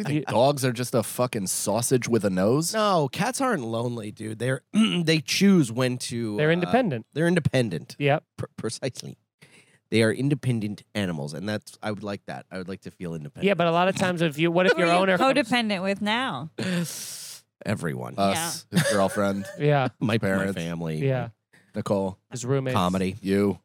[SPEAKER 3] You-
[SPEAKER 4] Dogs are just a fucking sausage with a nose.
[SPEAKER 2] No, cats aren't lonely, dude. They're they choose when to.
[SPEAKER 3] They're
[SPEAKER 2] uh,
[SPEAKER 3] independent.
[SPEAKER 2] They're independent.
[SPEAKER 3] Yep.
[SPEAKER 2] Pr- precisely. They are independent animals, and that's I would like that. I would like to feel independent.
[SPEAKER 3] Yeah, but a lot of times if you what if
[SPEAKER 5] Who
[SPEAKER 3] your
[SPEAKER 5] are you
[SPEAKER 3] owner comes-
[SPEAKER 5] codependent with now?
[SPEAKER 2] Everyone,
[SPEAKER 4] Us, his girlfriend,
[SPEAKER 3] Yeah,
[SPEAKER 2] my
[SPEAKER 4] parents.
[SPEAKER 2] my family,
[SPEAKER 3] yeah.
[SPEAKER 4] Nicole,
[SPEAKER 3] His roommate.
[SPEAKER 2] comedy.
[SPEAKER 4] you,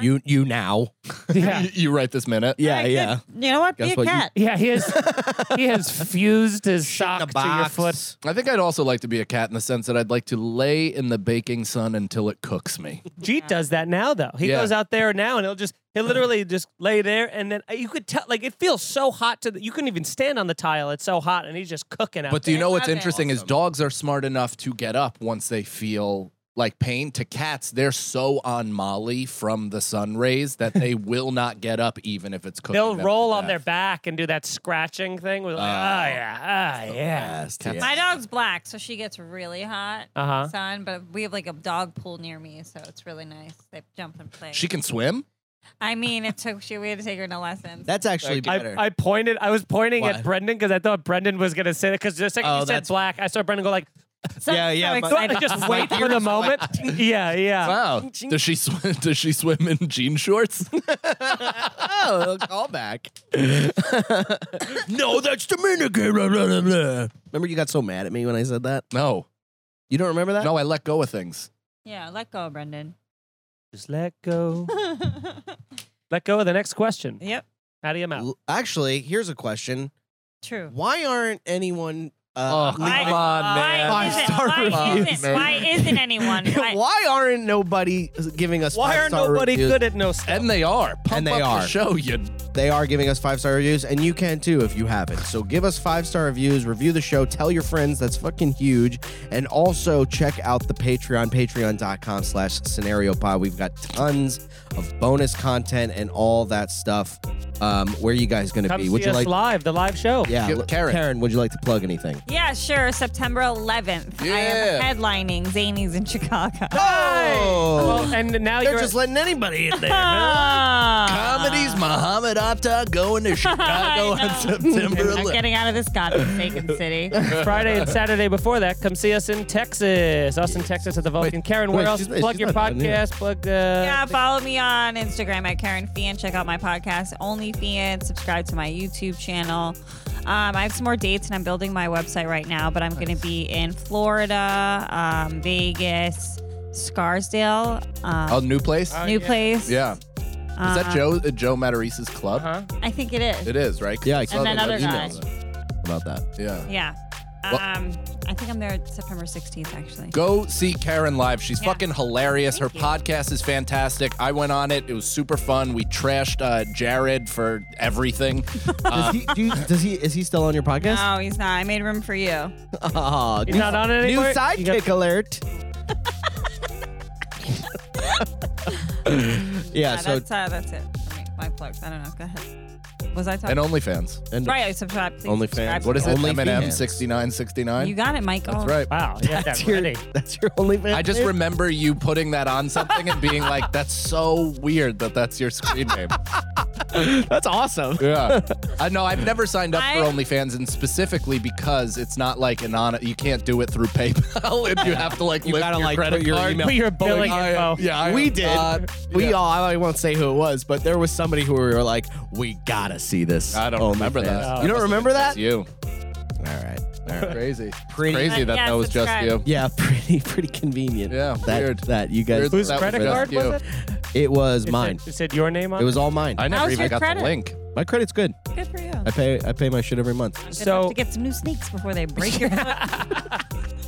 [SPEAKER 2] You you now.
[SPEAKER 3] Yeah.
[SPEAKER 4] you, you right this minute.
[SPEAKER 2] Yeah,
[SPEAKER 5] All right,
[SPEAKER 2] yeah.
[SPEAKER 5] good. You know what?
[SPEAKER 2] Guess
[SPEAKER 5] Be a
[SPEAKER 2] what you-
[SPEAKER 5] cat.
[SPEAKER 3] Yeah, he has he has fused his sock to your foot.
[SPEAKER 4] I think I'd also like to be a cat in the sense that I'd like to lay in the baking sun until it cooks me.
[SPEAKER 3] Jeet does that now though. He
[SPEAKER 4] Yeah.
[SPEAKER 3] goes out there now and he'll just he'll literally just lay there and then you could tell like it feels so hot to the, you couldn't even stand on the tile. It's so hot and he's just cooking out.
[SPEAKER 4] But do you
[SPEAKER 3] there.
[SPEAKER 4] know what's
[SPEAKER 5] Love it.
[SPEAKER 4] interesting is dogs are smart enough to get up once they feel like pain. To cats, they're so on Molly from the sun rays that they will not get up even if it's cooking.
[SPEAKER 3] They'll
[SPEAKER 4] them to
[SPEAKER 3] roll on
[SPEAKER 4] death.
[SPEAKER 3] their back and do that scratching thing with like, oh, yeah, oh yeah.
[SPEAKER 5] My dog's black, so she gets really hot.
[SPEAKER 3] Uh-huh.
[SPEAKER 5] Sun, but we have like a dog pool near me, so it's really nice. They jump and play.
[SPEAKER 4] She can swim.
[SPEAKER 5] I mean, it took. She, we had to take her to lessons.
[SPEAKER 2] That's actually better.
[SPEAKER 3] I, I pointed. I was pointing
[SPEAKER 2] Why?
[SPEAKER 3] at Brendan because I thought Brendan was gonna say it. Because the second
[SPEAKER 2] Oh,
[SPEAKER 3] you said
[SPEAKER 2] that's-
[SPEAKER 3] black, I saw Brendan go like,
[SPEAKER 5] So,
[SPEAKER 2] yeah,
[SPEAKER 5] so
[SPEAKER 2] yeah, but-
[SPEAKER 3] "So
[SPEAKER 5] excited.
[SPEAKER 3] I just wait for the moment. yeah, yeah.
[SPEAKER 4] Wow. Does she swim? Does she swim in jean shorts?
[SPEAKER 2] oh, little callback.
[SPEAKER 4] no, that's Dominican. Blah, blah, blah, blah.
[SPEAKER 2] Remember, you got so mad at me when I said that.
[SPEAKER 4] No,
[SPEAKER 2] You don't remember that?
[SPEAKER 4] no, I let go of things.
[SPEAKER 5] yeah, let go, Brendan.
[SPEAKER 3] Just let go. let go of the next question.
[SPEAKER 5] yep,
[SPEAKER 3] Out of your mouth.
[SPEAKER 2] L- actually, here's a question:
[SPEAKER 5] true.
[SPEAKER 2] Why aren't anyone? Uh,
[SPEAKER 4] Oh,
[SPEAKER 2] leaving-
[SPEAKER 4] Come on, man.
[SPEAKER 5] Why
[SPEAKER 2] Five
[SPEAKER 5] isn't,
[SPEAKER 2] star
[SPEAKER 5] why
[SPEAKER 2] reviews,
[SPEAKER 5] isn't,
[SPEAKER 4] man.
[SPEAKER 5] why isn't anyone? Why,
[SPEAKER 2] why aren't nobody giving us?
[SPEAKER 3] Why are
[SPEAKER 2] five-star
[SPEAKER 3] nobody
[SPEAKER 2] reviews?
[SPEAKER 3] good at no stuff?
[SPEAKER 4] And they are. Pump
[SPEAKER 2] And they
[SPEAKER 4] up
[SPEAKER 2] are.
[SPEAKER 4] The show you.
[SPEAKER 2] They are giving us five star reviews, and you can too if you haven't. So give us five star reviews, review the show, tell your friends. That's fucking huge. And also check out the Patreon, patreon.com slash scenario pod. We've got tons of bonus content and all that stuff. Um, where are you guys going to
[SPEAKER 3] Come
[SPEAKER 2] be?
[SPEAKER 3] see
[SPEAKER 2] Would you
[SPEAKER 3] us
[SPEAKER 2] like?
[SPEAKER 3] live, the live show.
[SPEAKER 2] Yeah,
[SPEAKER 4] Give-
[SPEAKER 2] l-
[SPEAKER 4] Karen.
[SPEAKER 2] Karen, would you like to plug anything?
[SPEAKER 5] Yeah, sure. September 11th. I
[SPEAKER 4] Yeah.
[SPEAKER 5] am headlining Zanies in Chicago.
[SPEAKER 2] Oh,
[SPEAKER 3] Well, and now
[SPEAKER 2] they're
[SPEAKER 3] you're
[SPEAKER 2] just letting anybody in there.
[SPEAKER 5] Ah.
[SPEAKER 4] Comedy's Muhammad Atta going to Chicago on September
[SPEAKER 5] I'm
[SPEAKER 4] 11th.
[SPEAKER 5] getting out of this godforsaken city.
[SPEAKER 3] Friday and Saturday before that. Come see us in Texas, Austin, Texas at the Vulcan. Karen, where
[SPEAKER 2] wait,
[SPEAKER 3] else?
[SPEAKER 2] she's-
[SPEAKER 3] plug
[SPEAKER 2] she's
[SPEAKER 3] your
[SPEAKER 2] not done yet.
[SPEAKER 3] podcast. Plug. Uh,
[SPEAKER 5] Yeah, follow me on Instagram at Karen Fian. Check out my podcast, Only Fian. Subscribe to my YouTube channel. Um, I have some more dates, and I'm building my website right now. But I'm going to be in Florida, um, Vegas, Scarsdale, um,
[SPEAKER 4] Oh, new place.
[SPEAKER 5] new place.
[SPEAKER 4] Yeah. Is that
[SPEAKER 5] Uh,
[SPEAKER 4] Joe uh, Joe Matarice's club?
[SPEAKER 3] Huh?
[SPEAKER 5] I think it is.
[SPEAKER 4] It is, right?
[SPEAKER 2] Yeah, I
[SPEAKER 5] saw that other guy.
[SPEAKER 2] about that.
[SPEAKER 4] Yeah.
[SPEAKER 5] Yeah.
[SPEAKER 4] Well-
[SPEAKER 5] Um, I think I'm there September 16th, actually.
[SPEAKER 4] Go see Karen live. She's
[SPEAKER 5] Yeah.
[SPEAKER 4] fucking hilarious. Her
[SPEAKER 5] Thank you.
[SPEAKER 4] podcast is fantastic. I went on it. It was super fun. We trashed uh, Jared for everything. Uh,
[SPEAKER 2] Does he, do you- does he? Is he still on your podcast?
[SPEAKER 5] No, he's not. I made room for you.
[SPEAKER 2] Oh,
[SPEAKER 3] You're not on it
[SPEAKER 2] New
[SPEAKER 3] anymore. You got-
[SPEAKER 2] sidekick alert.
[SPEAKER 7] yeah,
[SPEAKER 5] Yeah,
[SPEAKER 7] so
[SPEAKER 5] that's, uh, that's it. For me. My plugs. I don't know. Go ahead. Was I talking?
[SPEAKER 4] and OnlyFans.
[SPEAKER 7] and
[SPEAKER 5] right. I subscribe. Please
[SPEAKER 7] OnlyFans.
[SPEAKER 5] subscribe to
[SPEAKER 4] What is it?
[SPEAKER 7] Only
[SPEAKER 5] me.
[SPEAKER 4] M&M
[SPEAKER 7] fans.
[SPEAKER 4] 6969.
[SPEAKER 5] You got it, Michael.
[SPEAKER 4] That's right.
[SPEAKER 3] Wow, yeah, that's
[SPEAKER 7] that's your,
[SPEAKER 3] ready.
[SPEAKER 7] that's your OnlyFans.
[SPEAKER 4] I just
[SPEAKER 7] name?
[SPEAKER 4] remember you putting that on something and being like, "That's so weird that that's your screen name."
[SPEAKER 7] that's awesome.
[SPEAKER 4] Yeah. I know I've never signed up
[SPEAKER 5] I-
[SPEAKER 4] for OnlyFans and specifically because it's not like an on you can't do it through PayPal if you have to like
[SPEAKER 2] You
[SPEAKER 4] list
[SPEAKER 2] gotta,
[SPEAKER 4] your
[SPEAKER 2] like,
[SPEAKER 4] credit
[SPEAKER 2] put your
[SPEAKER 4] card.
[SPEAKER 2] email-
[SPEAKER 3] Put your billing
[SPEAKER 4] I-
[SPEAKER 3] info.
[SPEAKER 4] yeah, I-
[SPEAKER 2] we did.
[SPEAKER 4] uh,
[SPEAKER 2] we
[SPEAKER 4] yeah.
[SPEAKER 2] all. I won't say who it was, but there was somebody who we were like, we gotta see this.
[SPEAKER 4] I don't remember that.
[SPEAKER 2] You don't remember that?
[SPEAKER 4] It's you.
[SPEAKER 2] All right.
[SPEAKER 4] Crazy.
[SPEAKER 2] Pretty.
[SPEAKER 4] Crazy
[SPEAKER 5] Uh,
[SPEAKER 4] that
[SPEAKER 5] yeah,
[SPEAKER 4] that was just
[SPEAKER 5] subscribe.
[SPEAKER 4] you.
[SPEAKER 2] Yeah, pretty pretty convenient.
[SPEAKER 4] Yeah,
[SPEAKER 2] that,
[SPEAKER 4] weird.
[SPEAKER 2] That you guys.
[SPEAKER 4] Weird
[SPEAKER 3] Whose
[SPEAKER 4] that was
[SPEAKER 3] credit
[SPEAKER 4] just
[SPEAKER 3] card
[SPEAKER 4] you.
[SPEAKER 3] was it?
[SPEAKER 2] It was
[SPEAKER 3] It
[SPEAKER 2] mine.
[SPEAKER 3] Said, it said your name on
[SPEAKER 2] It was all mine.
[SPEAKER 4] I never
[SPEAKER 5] How's
[SPEAKER 4] even
[SPEAKER 5] your
[SPEAKER 4] got
[SPEAKER 5] credit?
[SPEAKER 4] the link.
[SPEAKER 2] My credit's good.
[SPEAKER 5] Good for you.
[SPEAKER 2] I pay I pay my shit every month.
[SPEAKER 5] Good
[SPEAKER 3] So-
[SPEAKER 5] enough to get some new sneaks before they break your foot.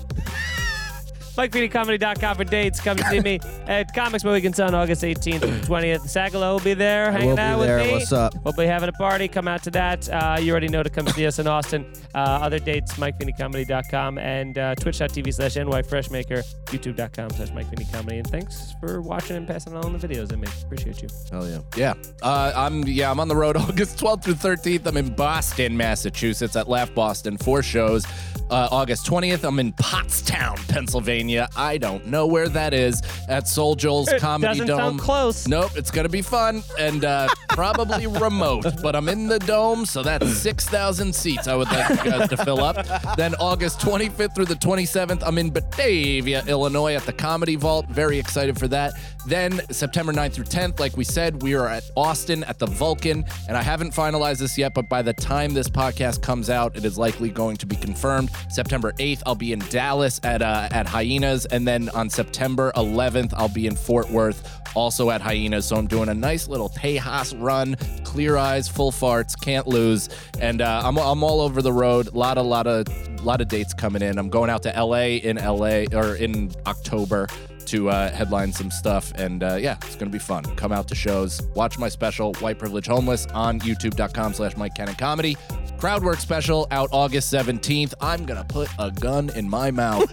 [SPEAKER 3] MikePeedyComedy.com for dates. Come see me at Comics Mohegan Sun, August 18th and 20th. Sagalo will be there
[SPEAKER 2] I
[SPEAKER 3] hanging
[SPEAKER 2] will be
[SPEAKER 3] out
[SPEAKER 2] there.
[SPEAKER 3] with me.
[SPEAKER 2] What's up?
[SPEAKER 3] We'll be having a party. Come out to that. Uh, you already know to come see us in Austin. Uh, other dates, MikePeedyComedy.com and uh, twitch.tv slash NYFreshmaker, youtube.com slash MikePeedyComedy. And thanks for watching and passing along the videos I make. Appreciate you.
[SPEAKER 4] Hell yeah. Yeah. Uh, I'm yeah, I'm on the road August 12th through 13th. I'm in Boston, Massachusetts at Laugh Boston, four shows. Uh, August 20th, I'm in Pottstown, Pennsylvania. I don't know where that is at Soul Joel's Comedy
[SPEAKER 3] doesn't
[SPEAKER 4] Dome.
[SPEAKER 3] sound close.
[SPEAKER 4] Nope, it's gonna be fun and uh, probably remote, but I'm in the dome, so that's 6,000 seats I would like you guys to fill up. Then August 25th through the 27th, I'm in Batavia, Illinois at the Comedy Vault. Very excited for that. Then September 9th through 10th, like we said, we are at Austin at the Vulcan, and I haven't finalized this yet, but by the time this podcast comes out, it is likely going to be confirmed. September 8th, I'll be in Dallas at uh, at Hyenas, and then on September 11th, I'll be in Fort Worth also at Hyenas. So I'm doing a nice little Tejas run, clear eyes, full farts, can't lose. And uh, I'm, I'm all over the road. Lot of lot of lot of dates coming in. I'm going out to LA in LA or in October to uh, headline some stuff. And uh, yeah, it's gonna be fun. Come out to shows. Watch my special White Privilege Homeless on YouTube.com/slash Mike Cannon Comedy. Crowdwork special out August 17th. I'm gonna put a gun in my mouth.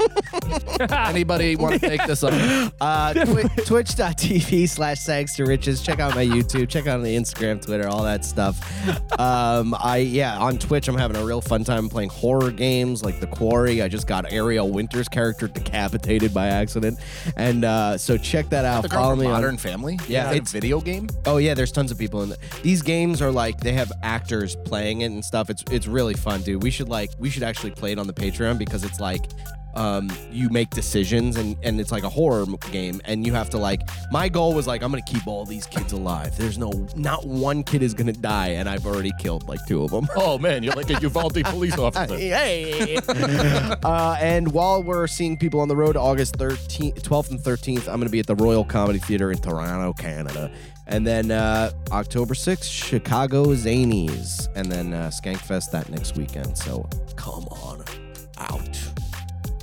[SPEAKER 4] Anybody want to take this up?
[SPEAKER 2] Uh, twi- twitch.tv slash thanks to riches. Check out my YouTube. Check out the Instagram, Twitter, all that stuff. Um, I yeah, on Twitch I'm having a real fun time playing horror games like The Quarry. I just got Ariel Winter's character decapitated by accident, and uh, so check that out.
[SPEAKER 4] The girl
[SPEAKER 2] Follow
[SPEAKER 4] from
[SPEAKER 2] me on-
[SPEAKER 4] Modern Family.
[SPEAKER 2] Yeah,
[SPEAKER 4] it's
[SPEAKER 2] it's-
[SPEAKER 4] a video game.
[SPEAKER 2] Oh yeah, there's tons of people in the- these games are like they have actors playing it and stuff. It's it's really fun, dude. We should like we should actually play it on the Patreon because it's like um you make decisions and and it's like a horror m- game and you have to like my goal was like I'm going to keep all these kids alive. There's no not one kid is going to die and I've already killed like two of them.
[SPEAKER 4] Oh man, you're like a Uvalde police officer.
[SPEAKER 2] Hey. uh, and while we're seeing people on the road, August 13th, 12th and 13th, I'm going to be at the Royal Comedy Theater in Toronto, Canada. And then uh, October 6th, Chicago Zanies. And then uh, Skankfest that next weekend. So come on out.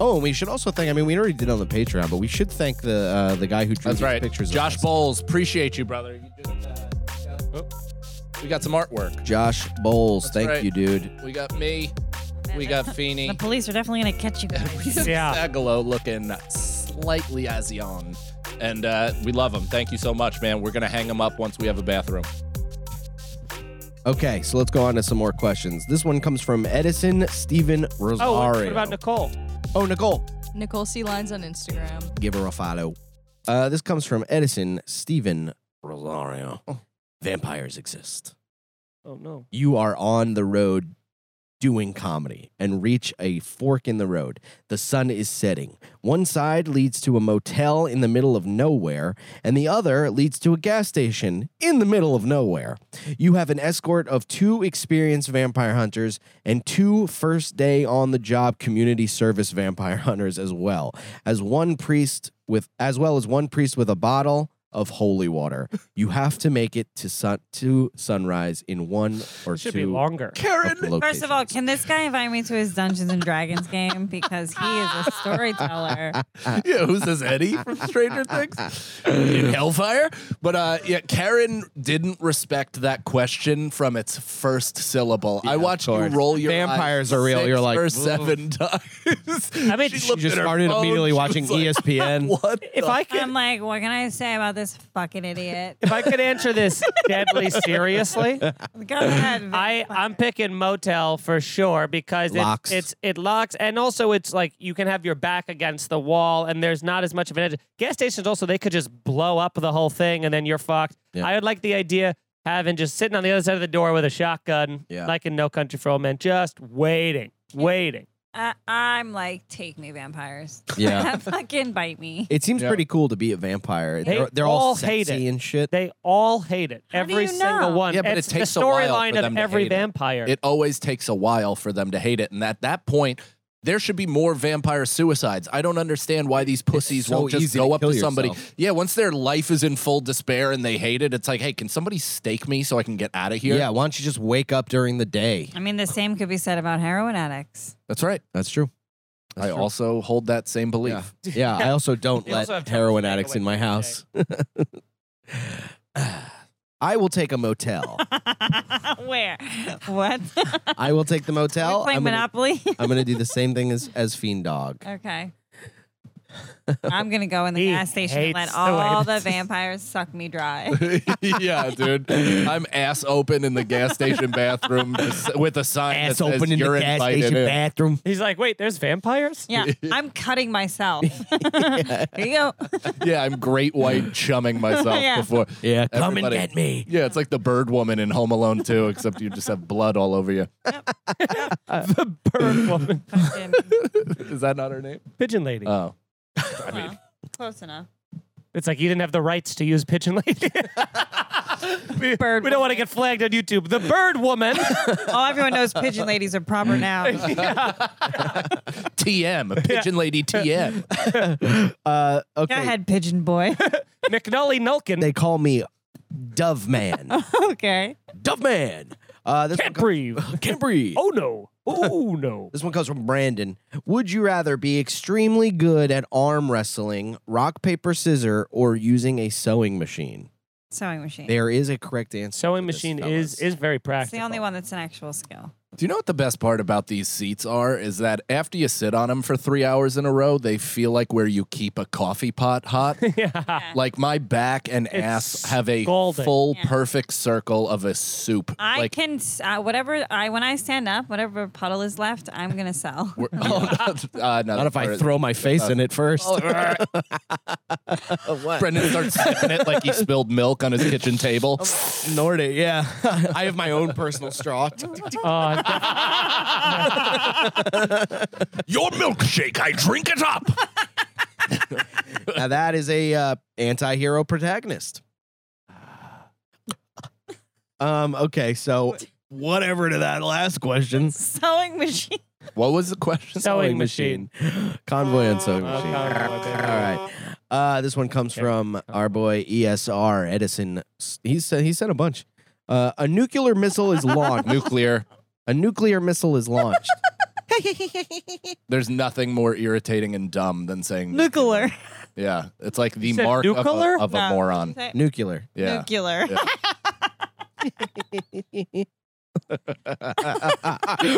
[SPEAKER 2] Oh, and we should also thank, I mean, we already did it on the Patreon, but we should thank the uh, the guy who drew
[SPEAKER 4] That's
[SPEAKER 2] these
[SPEAKER 4] right.
[SPEAKER 2] pictures. of
[SPEAKER 4] Josh
[SPEAKER 2] us.
[SPEAKER 4] Bowles, appreciate you, brother. You just, uh,
[SPEAKER 3] Oh.
[SPEAKER 4] we got some artwork.
[SPEAKER 2] Josh Bowles.
[SPEAKER 4] That's
[SPEAKER 2] thank
[SPEAKER 4] right.
[SPEAKER 2] you, dude.
[SPEAKER 4] We got me. We got
[SPEAKER 5] The
[SPEAKER 4] Feeney.
[SPEAKER 5] police are definitely gonna catch you guys.
[SPEAKER 3] Yeah.
[SPEAKER 4] Sagalo looking slightly Asian. And uh, we love him. Thank you so much, man. We're gonna hang him up once we have a bathroom.
[SPEAKER 2] Okay, so let's go on to some more questions. This one comes from Edison Steven Rosario.
[SPEAKER 3] Oh, what, what about Nicole?
[SPEAKER 2] Oh, Nicole.
[SPEAKER 8] Nicole C. Lines on Instagram.
[SPEAKER 2] Give her a follow. Uh, this comes from Edison Steven Rosario. Vampires exist.
[SPEAKER 3] Oh, no.
[SPEAKER 2] You are on the road doing comedy and reach a fork in the road. The sun is setting. One side leads to a motel in the middle of nowhere, and the other leads to a gas station in the middle of nowhere. You have an escort of two experienced vampire hunters and two first day on the job community service vampire hunters as well, as one priest with as well as one priest with a bottle of holy water. You have to make it to sun to sunrise in one or
[SPEAKER 3] Should
[SPEAKER 2] two
[SPEAKER 3] be longer.
[SPEAKER 2] Karen.
[SPEAKER 5] First of all, can this guy invite me to his Dungeons and Dragons game because he is a storyteller?
[SPEAKER 4] yeah, who's this Eddie from Stranger Things in Hellfire? But uh, yeah, Karen didn't respect that question from its first syllable. I watched you
[SPEAKER 2] course.
[SPEAKER 4] roll your
[SPEAKER 2] Vampires
[SPEAKER 4] eyes
[SPEAKER 2] are real.
[SPEAKER 4] six
[SPEAKER 2] You're like,
[SPEAKER 4] or seven times.
[SPEAKER 3] I mean,
[SPEAKER 4] She
[SPEAKER 3] she
[SPEAKER 4] looked
[SPEAKER 2] just
[SPEAKER 4] at her
[SPEAKER 2] started
[SPEAKER 4] phone.
[SPEAKER 2] immediately
[SPEAKER 4] She
[SPEAKER 2] watching E
[SPEAKER 4] was like,
[SPEAKER 2] ESPN.
[SPEAKER 4] What?
[SPEAKER 3] If I could.
[SPEAKER 5] I'm like, what can I say about this fucking idiot.
[SPEAKER 3] If I could answer this deadly seriously,
[SPEAKER 5] Go ahead.
[SPEAKER 3] I I'm picking motel for sure because
[SPEAKER 2] Locks.
[SPEAKER 3] it's, it's it locks and also it's like you can have your back against the wall and there's not as much of an edge. Gas stations also they could just blow up the whole thing and then you're fucked.
[SPEAKER 2] Yeah.
[SPEAKER 3] I would like the idea having just sitting on the other side of the door with a shotgun,
[SPEAKER 2] Yeah.
[SPEAKER 3] like in No Country for Old Men, just waiting, waiting.
[SPEAKER 5] I, Uh, I'm like, take me, vampires.
[SPEAKER 2] Yeah.
[SPEAKER 5] fucking bite me.
[SPEAKER 2] It seems
[SPEAKER 4] Yeah.
[SPEAKER 2] pretty cool to be a vampire.
[SPEAKER 3] They
[SPEAKER 2] they're, they're all,
[SPEAKER 3] all hate
[SPEAKER 2] sexy
[SPEAKER 3] it.
[SPEAKER 2] and shit.
[SPEAKER 3] They all hate it.
[SPEAKER 5] How do
[SPEAKER 3] every
[SPEAKER 5] you
[SPEAKER 3] single
[SPEAKER 5] know?
[SPEAKER 3] one.
[SPEAKER 4] Yeah, but it
[SPEAKER 3] it's
[SPEAKER 4] takes
[SPEAKER 3] the
[SPEAKER 4] a while for
[SPEAKER 3] storyline
[SPEAKER 4] them
[SPEAKER 3] of
[SPEAKER 4] to
[SPEAKER 3] every
[SPEAKER 4] hate it.
[SPEAKER 3] vampire.
[SPEAKER 4] It always takes a while for them to hate it. And at that point, there should be more vampire suicides. I don't understand why these pussies
[SPEAKER 2] so
[SPEAKER 4] won't just
[SPEAKER 2] easy to
[SPEAKER 4] go up
[SPEAKER 2] kill
[SPEAKER 4] to somebody.
[SPEAKER 2] yourself.
[SPEAKER 4] Yeah, once their life is in full despair and they hate it, it's like, hey, can somebody stake me so I can get out of here?
[SPEAKER 2] Yeah, why don't you just wake up during the day?
[SPEAKER 5] I mean, the same could be said about heroin addicts.
[SPEAKER 4] That's right.
[SPEAKER 2] That's true.
[SPEAKER 4] I also hold that same belief.
[SPEAKER 2] Yeah. Yeah, I also don't
[SPEAKER 3] They
[SPEAKER 2] let
[SPEAKER 3] also have trouble
[SPEAKER 2] heroin
[SPEAKER 3] staying
[SPEAKER 2] addicts
[SPEAKER 3] awake
[SPEAKER 2] in my
[SPEAKER 3] during the
[SPEAKER 2] house. I will take a motel.
[SPEAKER 5] Where? What?
[SPEAKER 2] I will take the motel.
[SPEAKER 5] We're playing
[SPEAKER 2] I'm gonna-
[SPEAKER 5] Monopoly.
[SPEAKER 2] I'm going to do the same thing as as Fiend Dog.
[SPEAKER 5] okay. I'm gonna go in the
[SPEAKER 3] He
[SPEAKER 5] gas station and
[SPEAKER 3] hates
[SPEAKER 5] let
[SPEAKER 3] the way
[SPEAKER 5] all the
[SPEAKER 3] this is-
[SPEAKER 5] vampires suck me dry.
[SPEAKER 4] yeah, dude. I'm ass open in the gas station bathroom just with a sign that says you're invited in.
[SPEAKER 2] bathroom.
[SPEAKER 3] He's like, wait, there's vampires.
[SPEAKER 5] Yeah, I'm cutting myself. Here you go.
[SPEAKER 4] Yeah, I'm great white chumming myself
[SPEAKER 5] Yeah.
[SPEAKER 4] before.
[SPEAKER 2] Yeah, come
[SPEAKER 4] Everybody-
[SPEAKER 2] and get me.
[SPEAKER 4] Yeah, it's like the bird woman in Home Alone too, except you just have blood all over you.
[SPEAKER 3] the bird woman,
[SPEAKER 5] Fucking-
[SPEAKER 4] Is that not her name?
[SPEAKER 3] pigeon lady.
[SPEAKER 4] Oh.
[SPEAKER 5] well, close enough.
[SPEAKER 3] It's like you didn't have the rights to use Pigeon Lady. we,
[SPEAKER 5] Bird
[SPEAKER 3] we don't want to
[SPEAKER 5] woman.
[SPEAKER 3] get flagged on YouTube. The Bird Woman.
[SPEAKER 5] Oh, everyone knows pigeon ladies are proper now.
[SPEAKER 4] TM, Pigeon Lady TM.
[SPEAKER 2] Uh, okay.
[SPEAKER 5] Go ahead, pigeon boy.
[SPEAKER 3] McNally Nulkin.
[SPEAKER 2] They call me Dove Man.
[SPEAKER 5] okay.
[SPEAKER 2] Dove Man. Uh, this
[SPEAKER 3] can't
[SPEAKER 2] one co-
[SPEAKER 3] breathe.
[SPEAKER 2] can't breathe.
[SPEAKER 3] Oh no. Oh no.
[SPEAKER 2] This one comes from Brandon. Would you rather be extremely good at arm wrestling, rock, paper, scissor, or using a sewing machine?
[SPEAKER 5] Sewing machine.
[SPEAKER 2] There is a correct answer.
[SPEAKER 3] Sewing
[SPEAKER 2] to this,
[SPEAKER 3] machine
[SPEAKER 2] fellas.
[SPEAKER 3] is is very
[SPEAKER 5] it's
[SPEAKER 3] practical.
[SPEAKER 5] the only one that's an actual skill.
[SPEAKER 4] Do you know what the best part about these seats are? Is that after you sit on them for three hours in a row, they feel like where you keep a coffee pot hot.
[SPEAKER 3] yeah.
[SPEAKER 4] like my back and ass have a
[SPEAKER 3] scalding.
[SPEAKER 4] full,
[SPEAKER 5] Yeah.
[SPEAKER 4] perfect circle of a soup.
[SPEAKER 5] I
[SPEAKER 4] like,
[SPEAKER 5] can s- uh, whatever I when I stand up, whatever puddle is left, I'm gonna sell.
[SPEAKER 4] we're- oh, no, uh, no,
[SPEAKER 2] Not if I
[SPEAKER 4] or-
[SPEAKER 2] throw my face in it first.
[SPEAKER 4] Brendan starts sniffing it like he spilled milk on his kitchen table.
[SPEAKER 2] Ignored it, yeah. I have my own personal straw.
[SPEAKER 3] Oh, def- Uh,
[SPEAKER 4] Your milkshake, I drink it up.
[SPEAKER 2] now that is a uh, anti-hero protagonist. Um. Okay. So whatever to that last question.
[SPEAKER 5] Sewing machine.
[SPEAKER 4] What was the question?
[SPEAKER 3] Sewing machine.
[SPEAKER 2] Convoy and sewing
[SPEAKER 3] Oh,
[SPEAKER 2] machine.
[SPEAKER 3] convoy, baby.
[SPEAKER 2] All right. Uh, this one comes from our boy ESR Edison. S- He said he sent a bunch. Uh, a nuclear missile is launched.
[SPEAKER 4] Nuclear.
[SPEAKER 2] a nuclear missile is launched.
[SPEAKER 4] There's nothing more irritating and dumb than saying
[SPEAKER 5] Nuclear.
[SPEAKER 4] Yeah, it's like the
[SPEAKER 3] You said
[SPEAKER 4] mark of a,
[SPEAKER 3] nuclear?
[SPEAKER 4] of a
[SPEAKER 5] No.
[SPEAKER 4] moron.
[SPEAKER 5] Say-
[SPEAKER 2] nuclear.
[SPEAKER 4] Yeah.
[SPEAKER 5] Nuclear.
[SPEAKER 4] Yeah.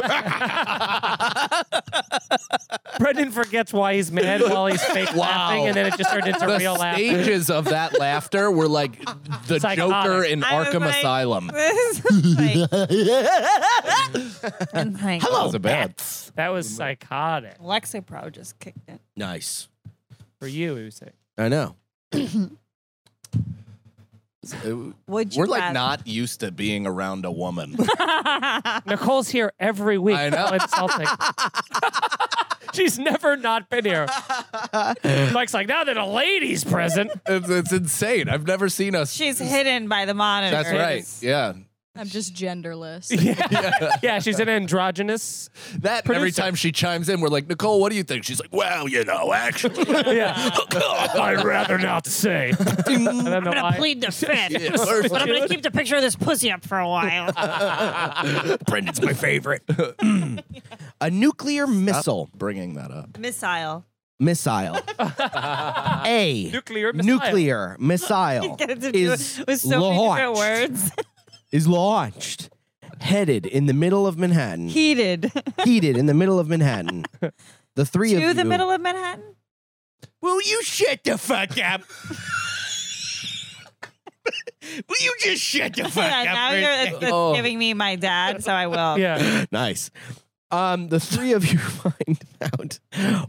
[SPEAKER 3] Brendan forgets why he's mad while he's fake laughing, and then it just turned into
[SPEAKER 4] The
[SPEAKER 3] real laughing.
[SPEAKER 4] stages of that laughter were like the
[SPEAKER 3] Psychotic.
[SPEAKER 4] Joker in
[SPEAKER 5] I was
[SPEAKER 4] Arkham
[SPEAKER 5] like-
[SPEAKER 4] Asylum.
[SPEAKER 5] This is like- and like,
[SPEAKER 4] That was a bad.
[SPEAKER 3] That was psychotic
[SPEAKER 5] Lexapro just kicked it.
[SPEAKER 2] Nice.
[SPEAKER 3] for you. He was saying.
[SPEAKER 2] I know.
[SPEAKER 5] Would
[SPEAKER 4] Uh,
[SPEAKER 5] you
[SPEAKER 4] We're like
[SPEAKER 5] rather-
[SPEAKER 4] not used to being around a woman.
[SPEAKER 3] Nicole's here every week.
[SPEAKER 4] I know.
[SPEAKER 3] How insulting. She's never not been here. Mike's like, now that a lady's present,
[SPEAKER 4] it's, it's insane. I've never seen us.
[SPEAKER 5] She's hidden by the monitor.
[SPEAKER 4] That's right. Yeah.
[SPEAKER 6] I'm just genderless.
[SPEAKER 3] yeah. yeah, she's an androgynous.
[SPEAKER 4] That and every
[SPEAKER 3] Producer.
[SPEAKER 4] time she chimes in, we're like, Nicole, what do you think? She's like, well, you know, actually.
[SPEAKER 3] Yeah, I'd rather not say. I'm
[SPEAKER 5] gonna plead the fifth,
[SPEAKER 4] perfect.
[SPEAKER 5] but I'm gonna keep the picture of this pussy up for a while.
[SPEAKER 4] Brendan's my favorite.
[SPEAKER 2] A nuclear missile.
[SPEAKER 4] Bringing that up.
[SPEAKER 5] Missile.
[SPEAKER 2] Missile. a
[SPEAKER 3] Nuclear missile.
[SPEAKER 2] nuclear
[SPEAKER 4] Oh.
[SPEAKER 2] missile is
[SPEAKER 5] with so many different
[SPEAKER 2] launched.
[SPEAKER 5] words.
[SPEAKER 2] Is launched. Headed in the middle of Manhattan.
[SPEAKER 5] Heated
[SPEAKER 2] heated in the middle of Manhattan. The three of
[SPEAKER 5] to
[SPEAKER 2] you.
[SPEAKER 5] the middle of Manhattan.
[SPEAKER 2] Will you shut the fuck up?
[SPEAKER 4] Will you just shut the fuck
[SPEAKER 5] Yeah, now you're it's, it's
[SPEAKER 2] Oh.
[SPEAKER 5] giving me my dad, so I will.
[SPEAKER 3] Yeah.
[SPEAKER 2] nice. Um, the three of you find out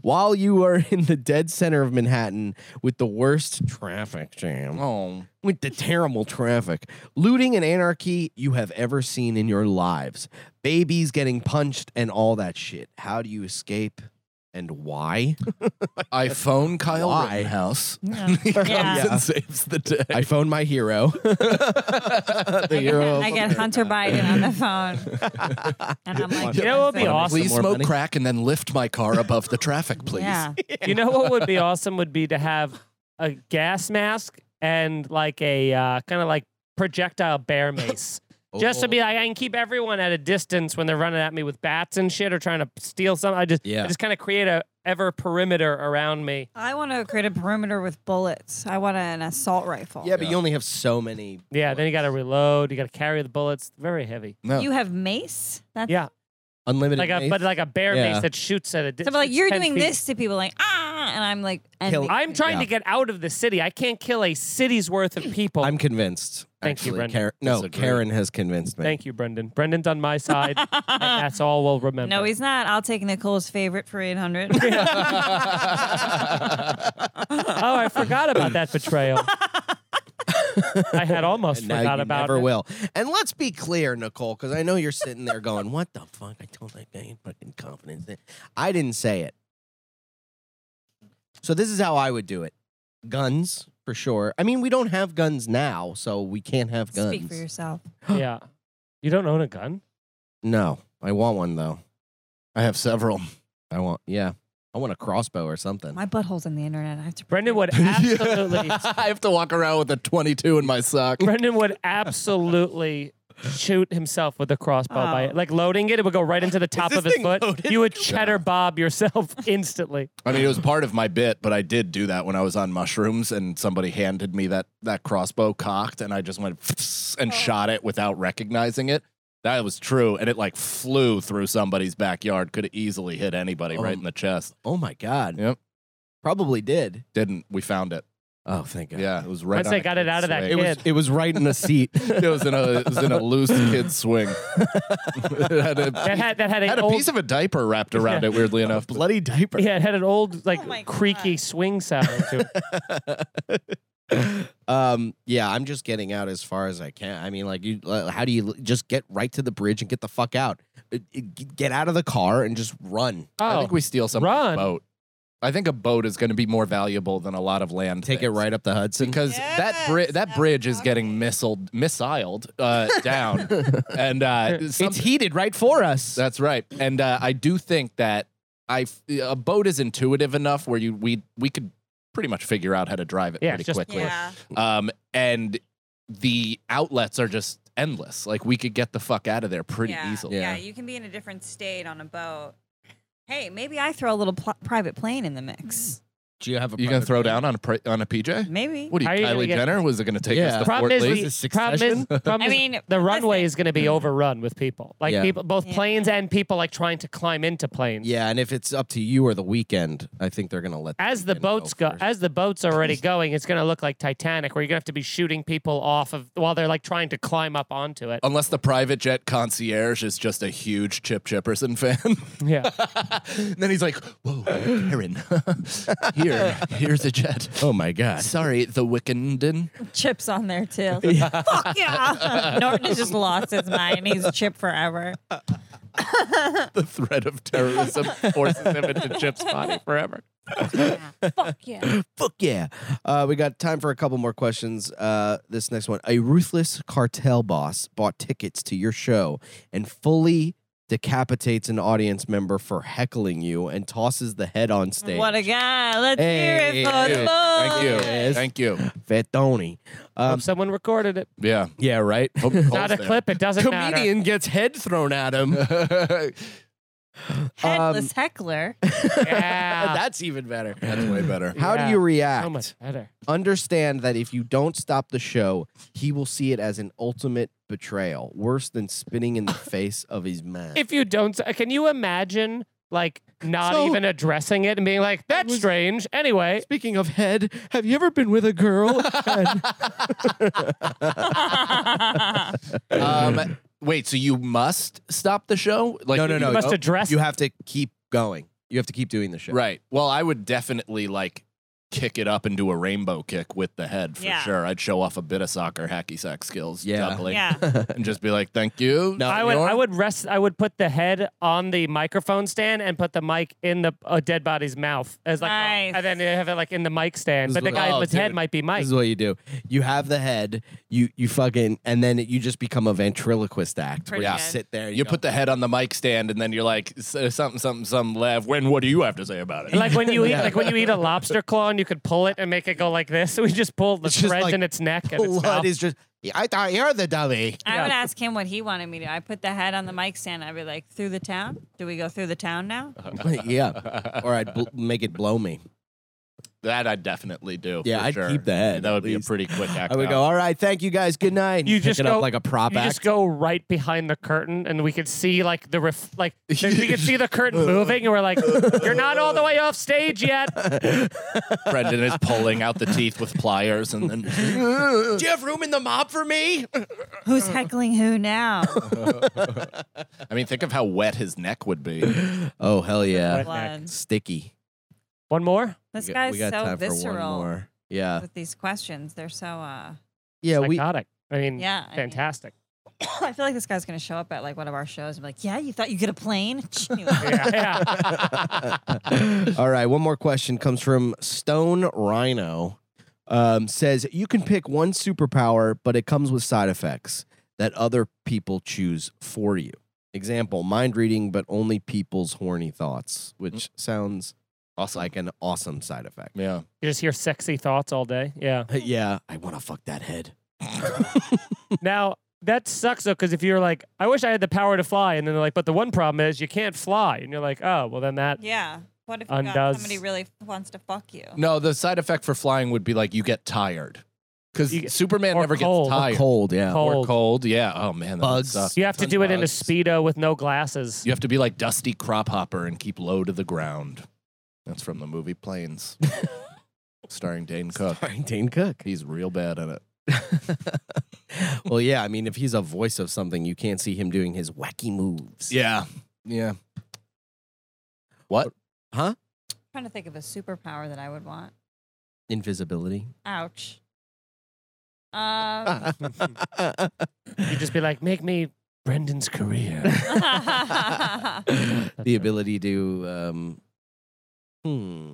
[SPEAKER 2] while you are in the dead center of Manhattan with the worst traffic jam,
[SPEAKER 4] Oh.
[SPEAKER 2] with the terrible traffic, looting and anarchy you have ever seen in your lives, babies getting punched and all that shit. How do you escape and why?
[SPEAKER 4] I phone Kyle
[SPEAKER 2] Why?
[SPEAKER 4] Rittenhouse.
[SPEAKER 5] Yeah.
[SPEAKER 4] He comes
[SPEAKER 5] Yeah.
[SPEAKER 4] and saves the day.
[SPEAKER 2] I phone my hero. the
[SPEAKER 5] I get,
[SPEAKER 2] hero.
[SPEAKER 5] I
[SPEAKER 2] of-
[SPEAKER 5] get Hunter Biden on the phone, and I'm like,
[SPEAKER 3] You know what would be
[SPEAKER 5] "Listen,
[SPEAKER 3] awesome?
[SPEAKER 4] Please
[SPEAKER 2] more
[SPEAKER 4] smoke
[SPEAKER 2] money.
[SPEAKER 4] crack and then lift my car above the traffic, please.
[SPEAKER 5] Yeah.
[SPEAKER 3] You know what would be awesome would be to have a gas mask and like a uh, kind of like projectile bear mace. Just to be
[SPEAKER 2] Oh.
[SPEAKER 3] like, I can keep everyone at a distance when they're running at me with bats and shit or trying to steal something. I just,
[SPEAKER 2] Yeah.
[SPEAKER 3] I just kind of create a ever perimeter around me.
[SPEAKER 5] I want to create a perimeter with bullets. I want an assault rifle.
[SPEAKER 2] yeah, but you only have so many.
[SPEAKER 3] Yeah, then you got to reload. You got to carry the bullets. Very heavy.
[SPEAKER 4] No.
[SPEAKER 5] You have mace. That's
[SPEAKER 3] Yeah,
[SPEAKER 2] unlimited.
[SPEAKER 3] like a
[SPEAKER 2] mace.
[SPEAKER 3] but like a bear
[SPEAKER 2] Yeah.
[SPEAKER 3] mace that shoots at a
[SPEAKER 5] So,
[SPEAKER 3] distance.
[SPEAKER 5] but like you're doing this to people, like ah, and I'm like, and
[SPEAKER 2] Kill-
[SPEAKER 3] I'm trying
[SPEAKER 2] Yeah.
[SPEAKER 3] to get out of the city. I can't kill a city's worth of people.
[SPEAKER 2] I'm convinced.
[SPEAKER 3] oh, Thank you,
[SPEAKER 2] actually.
[SPEAKER 3] Brendan.
[SPEAKER 2] Karen, no,
[SPEAKER 4] Disagree.
[SPEAKER 2] Karen has convinced me.
[SPEAKER 3] Thank you, Brendan. Brendan's on my side. and that's all we'll remember.
[SPEAKER 5] no, he's not. I'll take Nicole's favorite for 800.
[SPEAKER 3] oh, I forgot about that betrayal. I had almost
[SPEAKER 2] And now
[SPEAKER 3] forgot
[SPEAKER 2] you
[SPEAKER 3] about
[SPEAKER 2] never
[SPEAKER 3] it.
[SPEAKER 2] will. And let's be clear, Nicole, because I know you're sitting there going, "What the fuck?" I told that guy in fucking confidence. that-" I didn't say it. So this is how I would do it: guns for sure. I mean, we don't have guns now, so we can't have guns.
[SPEAKER 5] Speak for yourself.
[SPEAKER 3] Yeah. You don't own a gun?
[SPEAKER 2] No, I want one though.
[SPEAKER 4] I have several.
[SPEAKER 2] I want, yeah, I want a crossbow or something.
[SPEAKER 5] My butthole's in the internet. I have to.
[SPEAKER 3] Brendan would absolutely
[SPEAKER 4] I have to walk around with a 22 in my sock.
[SPEAKER 3] Brendan would absolutely shoot himself with a crossbow by
[SPEAKER 5] Oh.
[SPEAKER 3] like loading it, it would go right into the top
[SPEAKER 2] this
[SPEAKER 3] of his
[SPEAKER 2] thing
[SPEAKER 3] foot.
[SPEAKER 2] loaded?
[SPEAKER 3] You would cheddar bob yourself instantly.
[SPEAKER 4] I mean, it was part of my bit, but I did do that when I was on mushrooms, and somebody handed me that that crossbow cocked, and I just went
[SPEAKER 3] Oh.
[SPEAKER 4] and shot it without recognizing it. That was true, and it like flew through somebody's backyard. Could have easily hit anybody right
[SPEAKER 2] Um,
[SPEAKER 4] in the chest.
[SPEAKER 2] Oh my god.
[SPEAKER 4] Yep.
[SPEAKER 2] Probably did.
[SPEAKER 4] Didn't we found it?
[SPEAKER 2] Oh, thank God.
[SPEAKER 4] Yeah, it was right.
[SPEAKER 3] Once
[SPEAKER 4] on
[SPEAKER 3] they
[SPEAKER 4] a
[SPEAKER 3] got it
[SPEAKER 4] kid's
[SPEAKER 3] out of that
[SPEAKER 4] swing.
[SPEAKER 2] It was,
[SPEAKER 3] Kid.
[SPEAKER 2] it was right in the seat.
[SPEAKER 4] It was in a it was in a loose kid swing. it had a,
[SPEAKER 3] That had that had, an
[SPEAKER 4] had a
[SPEAKER 3] old
[SPEAKER 4] piece of a diaper wrapped around
[SPEAKER 3] Yeah.
[SPEAKER 4] it. Weirdly enough,
[SPEAKER 2] Bloody diaper.
[SPEAKER 3] yeah, it had an old like
[SPEAKER 5] Oh my
[SPEAKER 3] creaky
[SPEAKER 5] God.
[SPEAKER 3] swing sound to it.
[SPEAKER 2] um yeah i'm just getting out as far as i can i mean like you uh, how do you l- just get right to the bridge and get the fuck out Uh, uh, g- get out of the car and just run
[SPEAKER 4] I
[SPEAKER 3] Oh,
[SPEAKER 4] think we steal some
[SPEAKER 3] run.
[SPEAKER 4] boat. I think a boat is going to be more valuable than a lot of land.
[SPEAKER 2] take it
[SPEAKER 4] things.
[SPEAKER 2] right up the hudson
[SPEAKER 4] because that bri-
[SPEAKER 5] Yes,
[SPEAKER 4] that
[SPEAKER 5] that's
[SPEAKER 4] bridge is
[SPEAKER 5] awesome.
[SPEAKER 4] getting missiled missiled uh, down, and uh, some-
[SPEAKER 2] it's heated right for us
[SPEAKER 4] that's right. And uh, I do think that I f- a boat is intuitive enough where you we we could pretty much figure out how to drive it
[SPEAKER 3] Yeah,
[SPEAKER 4] pretty
[SPEAKER 3] just-
[SPEAKER 4] quickly.
[SPEAKER 5] Yeah.
[SPEAKER 4] Um, and the outlets are just endless. Like we could get the fuck out of there pretty
[SPEAKER 5] yeah.
[SPEAKER 4] easily.
[SPEAKER 5] Yeah. You can be in a different state on a boat. Hey, maybe I throw a little pl- private plane in the mix.
[SPEAKER 2] do you have a
[SPEAKER 4] You gonna throw down on a pr- on a PJ?
[SPEAKER 5] Maybe.
[SPEAKER 4] What are
[SPEAKER 3] How
[SPEAKER 4] you,
[SPEAKER 3] are you gonna
[SPEAKER 4] Kylie
[SPEAKER 3] get-
[SPEAKER 4] Jenner? Was it going to take
[SPEAKER 2] Yeah.
[SPEAKER 4] us to
[SPEAKER 3] problem
[SPEAKER 4] Fort
[SPEAKER 3] is,
[SPEAKER 4] Lee?
[SPEAKER 3] we-
[SPEAKER 2] This is
[SPEAKER 3] problem is,
[SPEAKER 2] Succession?
[SPEAKER 3] problem
[SPEAKER 5] I
[SPEAKER 3] is
[SPEAKER 5] mean,
[SPEAKER 3] the runway
[SPEAKER 5] listen.
[SPEAKER 3] is going to be overrun with people, like
[SPEAKER 2] Yeah.
[SPEAKER 3] people, both
[SPEAKER 5] Yeah.
[SPEAKER 3] planes and people like trying to climb into planes.
[SPEAKER 2] yeah and if it's up to you or the weekend i think they're gonna let
[SPEAKER 3] As the
[SPEAKER 2] weekend go
[SPEAKER 3] boats go,
[SPEAKER 2] first.
[SPEAKER 3] as the boats are already going, it's going to look like Titanic, where you're going to have to be shooting people off of while they're like trying to climb up onto it.
[SPEAKER 4] Unless the private jet concierge is just a huge Chip Chipperson fan.
[SPEAKER 3] Yeah,
[SPEAKER 4] then he's like, "Whoa, Karen, here, here's a jet."
[SPEAKER 2] oh my god
[SPEAKER 4] Sorry, the Wickenden.
[SPEAKER 5] Chip's on there too. Fuck yeah. Norton has just lost his mind. He's Chip forever.
[SPEAKER 4] The threat of terrorism forces him into Chip's body forever.
[SPEAKER 5] Fuck yeah.
[SPEAKER 2] Fuck yeah. Uh, we got time for a couple more questions. Uh, this next one. A ruthless cartel boss bought tickets to your show and fully decapitates an audience member for heckling you and tosses the head on stage.
[SPEAKER 5] What a guy. Let's hear it for
[SPEAKER 2] Hey.
[SPEAKER 5] the
[SPEAKER 4] Thank you,
[SPEAKER 2] Yes.
[SPEAKER 4] thank you.
[SPEAKER 2] Fatoni. Um,
[SPEAKER 3] Hope someone recorded it.
[SPEAKER 4] Yeah,
[SPEAKER 2] yeah, right?
[SPEAKER 4] Hope
[SPEAKER 3] Not
[SPEAKER 4] Nicole's
[SPEAKER 3] a
[SPEAKER 4] there.
[SPEAKER 3] clip. It doesn't matter.
[SPEAKER 2] Comedian gets head thrown at him.
[SPEAKER 5] Headless
[SPEAKER 2] Um,
[SPEAKER 5] heckler.
[SPEAKER 3] Yeah.
[SPEAKER 2] That's even better.
[SPEAKER 4] That's way better.
[SPEAKER 2] How
[SPEAKER 3] Ah. Yeah.
[SPEAKER 2] do you
[SPEAKER 3] so
[SPEAKER 2] react?
[SPEAKER 3] much better.
[SPEAKER 2] understand that if you don't stop the show, he will see it as an ultimate betrayal, worse than spitting in the face of his man.
[SPEAKER 3] If you don't, can you imagine like not
[SPEAKER 2] So-
[SPEAKER 3] even addressing it and being like, that's
[SPEAKER 2] was-
[SPEAKER 3] strange. Anyway,
[SPEAKER 2] Speaking of head, have you ever been with a girl?
[SPEAKER 4] Um, wait, so you must stop the show? Like
[SPEAKER 2] no, no, no.
[SPEAKER 3] you must
[SPEAKER 2] Oh,
[SPEAKER 3] address
[SPEAKER 2] You have to keep going. You have to keep doing the show.
[SPEAKER 4] Right. Well, I would definitely like kick it up and do a rainbow kick with the head for
[SPEAKER 5] Yeah.
[SPEAKER 4] sure. I'd show off a bit of soccer hacky sack skills.
[SPEAKER 2] Yeah.
[SPEAKER 4] Definitely.
[SPEAKER 5] yeah.
[SPEAKER 4] And just be like, thank you.
[SPEAKER 2] No,
[SPEAKER 3] I would
[SPEAKER 4] Senor."
[SPEAKER 3] I would rest I would put the head on the microphone stand and put the mic in the a dead body's mouth as like
[SPEAKER 5] Nice.
[SPEAKER 3] and then you have it like in the mic stand
[SPEAKER 2] This
[SPEAKER 3] but
[SPEAKER 2] is
[SPEAKER 3] the
[SPEAKER 2] what-
[SPEAKER 3] guy
[SPEAKER 4] oh,
[SPEAKER 3] with head
[SPEAKER 4] dude.
[SPEAKER 3] might be Mike
[SPEAKER 2] This is what you do. You have the head. You you fucking and then you just become a ventriloquist act.
[SPEAKER 5] Pretty
[SPEAKER 2] where you
[SPEAKER 5] good.
[SPEAKER 2] sit there. And
[SPEAKER 4] You put the head on the mic stand and then you're like, "S- uh, something, something, something, laugh. When, what do you have to say about it?
[SPEAKER 3] like when you eat like when you eat a lobster claw and you could pull it and make it go like this we just pulled the
[SPEAKER 2] It's just
[SPEAKER 3] threads
[SPEAKER 2] like
[SPEAKER 3] in its neck and its
[SPEAKER 2] blood
[SPEAKER 3] mouth.
[SPEAKER 2] is just. I thought you're the dummy.
[SPEAKER 5] I
[SPEAKER 3] Yeah.
[SPEAKER 5] would ask him what he wanted me to. I put the head on the mic stand. I'd be like, "Through the town? Do we go through the town now?"
[SPEAKER 2] Uh-huh. yeah, or I'd bl- make it blow me.
[SPEAKER 4] that I'd definitely do.
[SPEAKER 2] Yeah,
[SPEAKER 4] for
[SPEAKER 2] I'd
[SPEAKER 4] sure.
[SPEAKER 2] keep the head,
[SPEAKER 4] That
[SPEAKER 2] at
[SPEAKER 4] would be a
[SPEAKER 2] least.
[SPEAKER 4] pretty quick act.
[SPEAKER 2] I would
[SPEAKER 4] out.
[SPEAKER 2] go. All right, thank you guys. Good night.
[SPEAKER 3] You
[SPEAKER 2] Pick
[SPEAKER 3] just
[SPEAKER 2] it
[SPEAKER 3] go-
[SPEAKER 2] up like a prop
[SPEAKER 3] you
[SPEAKER 2] act.
[SPEAKER 3] just go right behind the curtain and we could see like the ref like there- we could see the curtain moving and we're like you're not all the way off stage yet
[SPEAKER 4] Brendan is pulling out the teeth with pliers and then
[SPEAKER 2] Do you have room in the mob for me?
[SPEAKER 5] Who's heckling who now?
[SPEAKER 4] I mean think of how wet his neck would be.
[SPEAKER 2] Oh hell yeah,
[SPEAKER 5] Blood.
[SPEAKER 2] sticky.
[SPEAKER 3] one more
[SPEAKER 5] This
[SPEAKER 2] We got-
[SPEAKER 5] guy's
[SPEAKER 2] we got
[SPEAKER 5] so
[SPEAKER 2] time for one
[SPEAKER 5] visceral
[SPEAKER 2] more. Uh, Yeah,
[SPEAKER 5] with these questions. They're so. uh
[SPEAKER 2] yeah. We
[SPEAKER 3] psychotic I mean
[SPEAKER 5] Yeah, I mean-
[SPEAKER 3] Mm, fantastic
[SPEAKER 5] I feel like this guy's gonna show up at like one of our shows and be like, "Yeah, you thought you get a plane?"
[SPEAKER 3] yeah, yeah.
[SPEAKER 2] All right, one more question comes from Stone Rhino. Um, says you can pick one superpower, but it comes with side effects that other people choose for you. Example: mind reading, but only people's horny thoughts, which sounds also like an awesome side effect.
[SPEAKER 4] Yeah.
[SPEAKER 3] you just hear sexy thoughts all day yeah
[SPEAKER 2] yeah, I want to fuck that head.
[SPEAKER 3] Now that sucks though, because if you're like, I wish I had the power to fly, and then they're like, but the one problem is you can't fly, and you're like, oh, well then that.
[SPEAKER 5] yeah. What if you got,
[SPEAKER 3] Undoes.
[SPEAKER 5] somebody really wants to fuck you?
[SPEAKER 4] No, the side effect for flying would be like you get tired. Because
[SPEAKER 3] You get-
[SPEAKER 4] Superman
[SPEAKER 3] or
[SPEAKER 4] never
[SPEAKER 3] cold. Or
[SPEAKER 4] gets tired.
[SPEAKER 2] Cold, yeah.
[SPEAKER 3] Cold.
[SPEAKER 4] Or Oh, cold. Yeah. Oh man. that would
[SPEAKER 2] Bugs.
[SPEAKER 4] suck.
[SPEAKER 3] You have to
[SPEAKER 4] Tons
[SPEAKER 3] do
[SPEAKER 4] of
[SPEAKER 3] it in a
[SPEAKER 4] bugs.
[SPEAKER 3] speedo with no glasses.
[SPEAKER 4] You have to be like Dusty Crop Hopper and keep low to the ground. That's from the movie Planes, starring Dane Cook.
[SPEAKER 2] Starring Dane Cook.
[SPEAKER 4] He's real bad at it.
[SPEAKER 2] well, yeah, I mean, if he's a voice of something, you can't see him doing his wacky moves.
[SPEAKER 4] Yeah. Yeah. What?
[SPEAKER 5] trying to think of a superpower that I would want.
[SPEAKER 2] Invisibility.
[SPEAKER 5] Ouch. Um,
[SPEAKER 3] You just be like, make me Brendan's career.
[SPEAKER 2] the ability to um, hmm,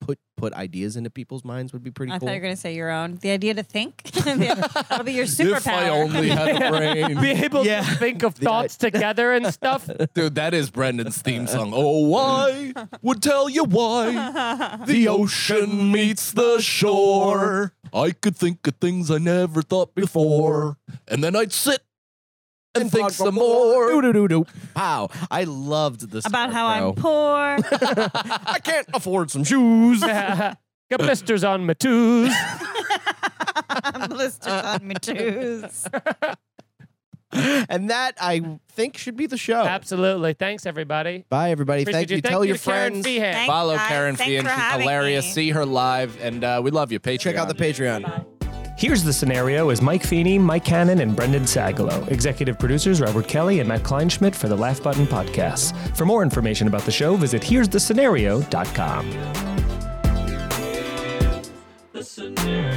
[SPEAKER 2] put put ideas into people's minds would be pretty
[SPEAKER 5] I
[SPEAKER 2] cool.
[SPEAKER 5] thought you were going to say your own. The idea to think. That'll be your superpower.
[SPEAKER 4] If I only had a
[SPEAKER 3] be
[SPEAKER 4] brain.
[SPEAKER 3] able
[SPEAKER 2] Yeah.
[SPEAKER 3] to think of
[SPEAKER 2] The i-
[SPEAKER 3] thoughts together and stuff.
[SPEAKER 4] Dude, that is Brendan's theme song. Oh, why would tell you why the ocean meets the shore? I could think of things I never thought before, and then I'd sit and, think some more.
[SPEAKER 2] Doo-doo-doo-doo. Wow, I loved this
[SPEAKER 5] About how I'm poor.
[SPEAKER 2] I can't afford some shoes.
[SPEAKER 3] Got blisters on my toes.
[SPEAKER 5] I'm blisters on my toes.
[SPEAKER 2] and that I think should be the show.
[SPEAKER 3] Absolutely. Thanks everybody.
[SPEAKER 2] Bye everybody.
[SPEAKER 3] Appreciate
[SPEAKER 2] Thank you.
[SPEAKER 3] you.
[SPEAKER 2] Tell
[SPEAKER 3] you
[SPEAKER 2] your
[SPEAKER 3] to Karen
[SPEAKER 2] friends.
[SPEAKER 3] Feehan.
[SPEAKER 5] Thanks,
[SPEAKER 4] Follow
[SPEAKER 5] guys.
[SPEAKER 4] Karen
[SPEAKER 5] Thanks
[SPEAKER 4] Fian.
[SPEAKER 5] for
[SPEAKER 4] She's
[SPEAKER 5] having
[SPEAKER 4] hilarious.
[SPEAKER 5] me.
[SPEAKER 4] See her live, and uh, we love you. Patreon.
[SPEAKER 2] Check out the Patreon.
[SPEAKER 9] Here's the Scenario is Mike Feeney, Mike Cannon, and Brendan Sagalow. Executive producers Robert Kelly and Matt Kleinschmidt for the Laugh Button Podcasts. For more information about the show, visit here'sthescenario.com.
[SPEAKER 1] The scenario.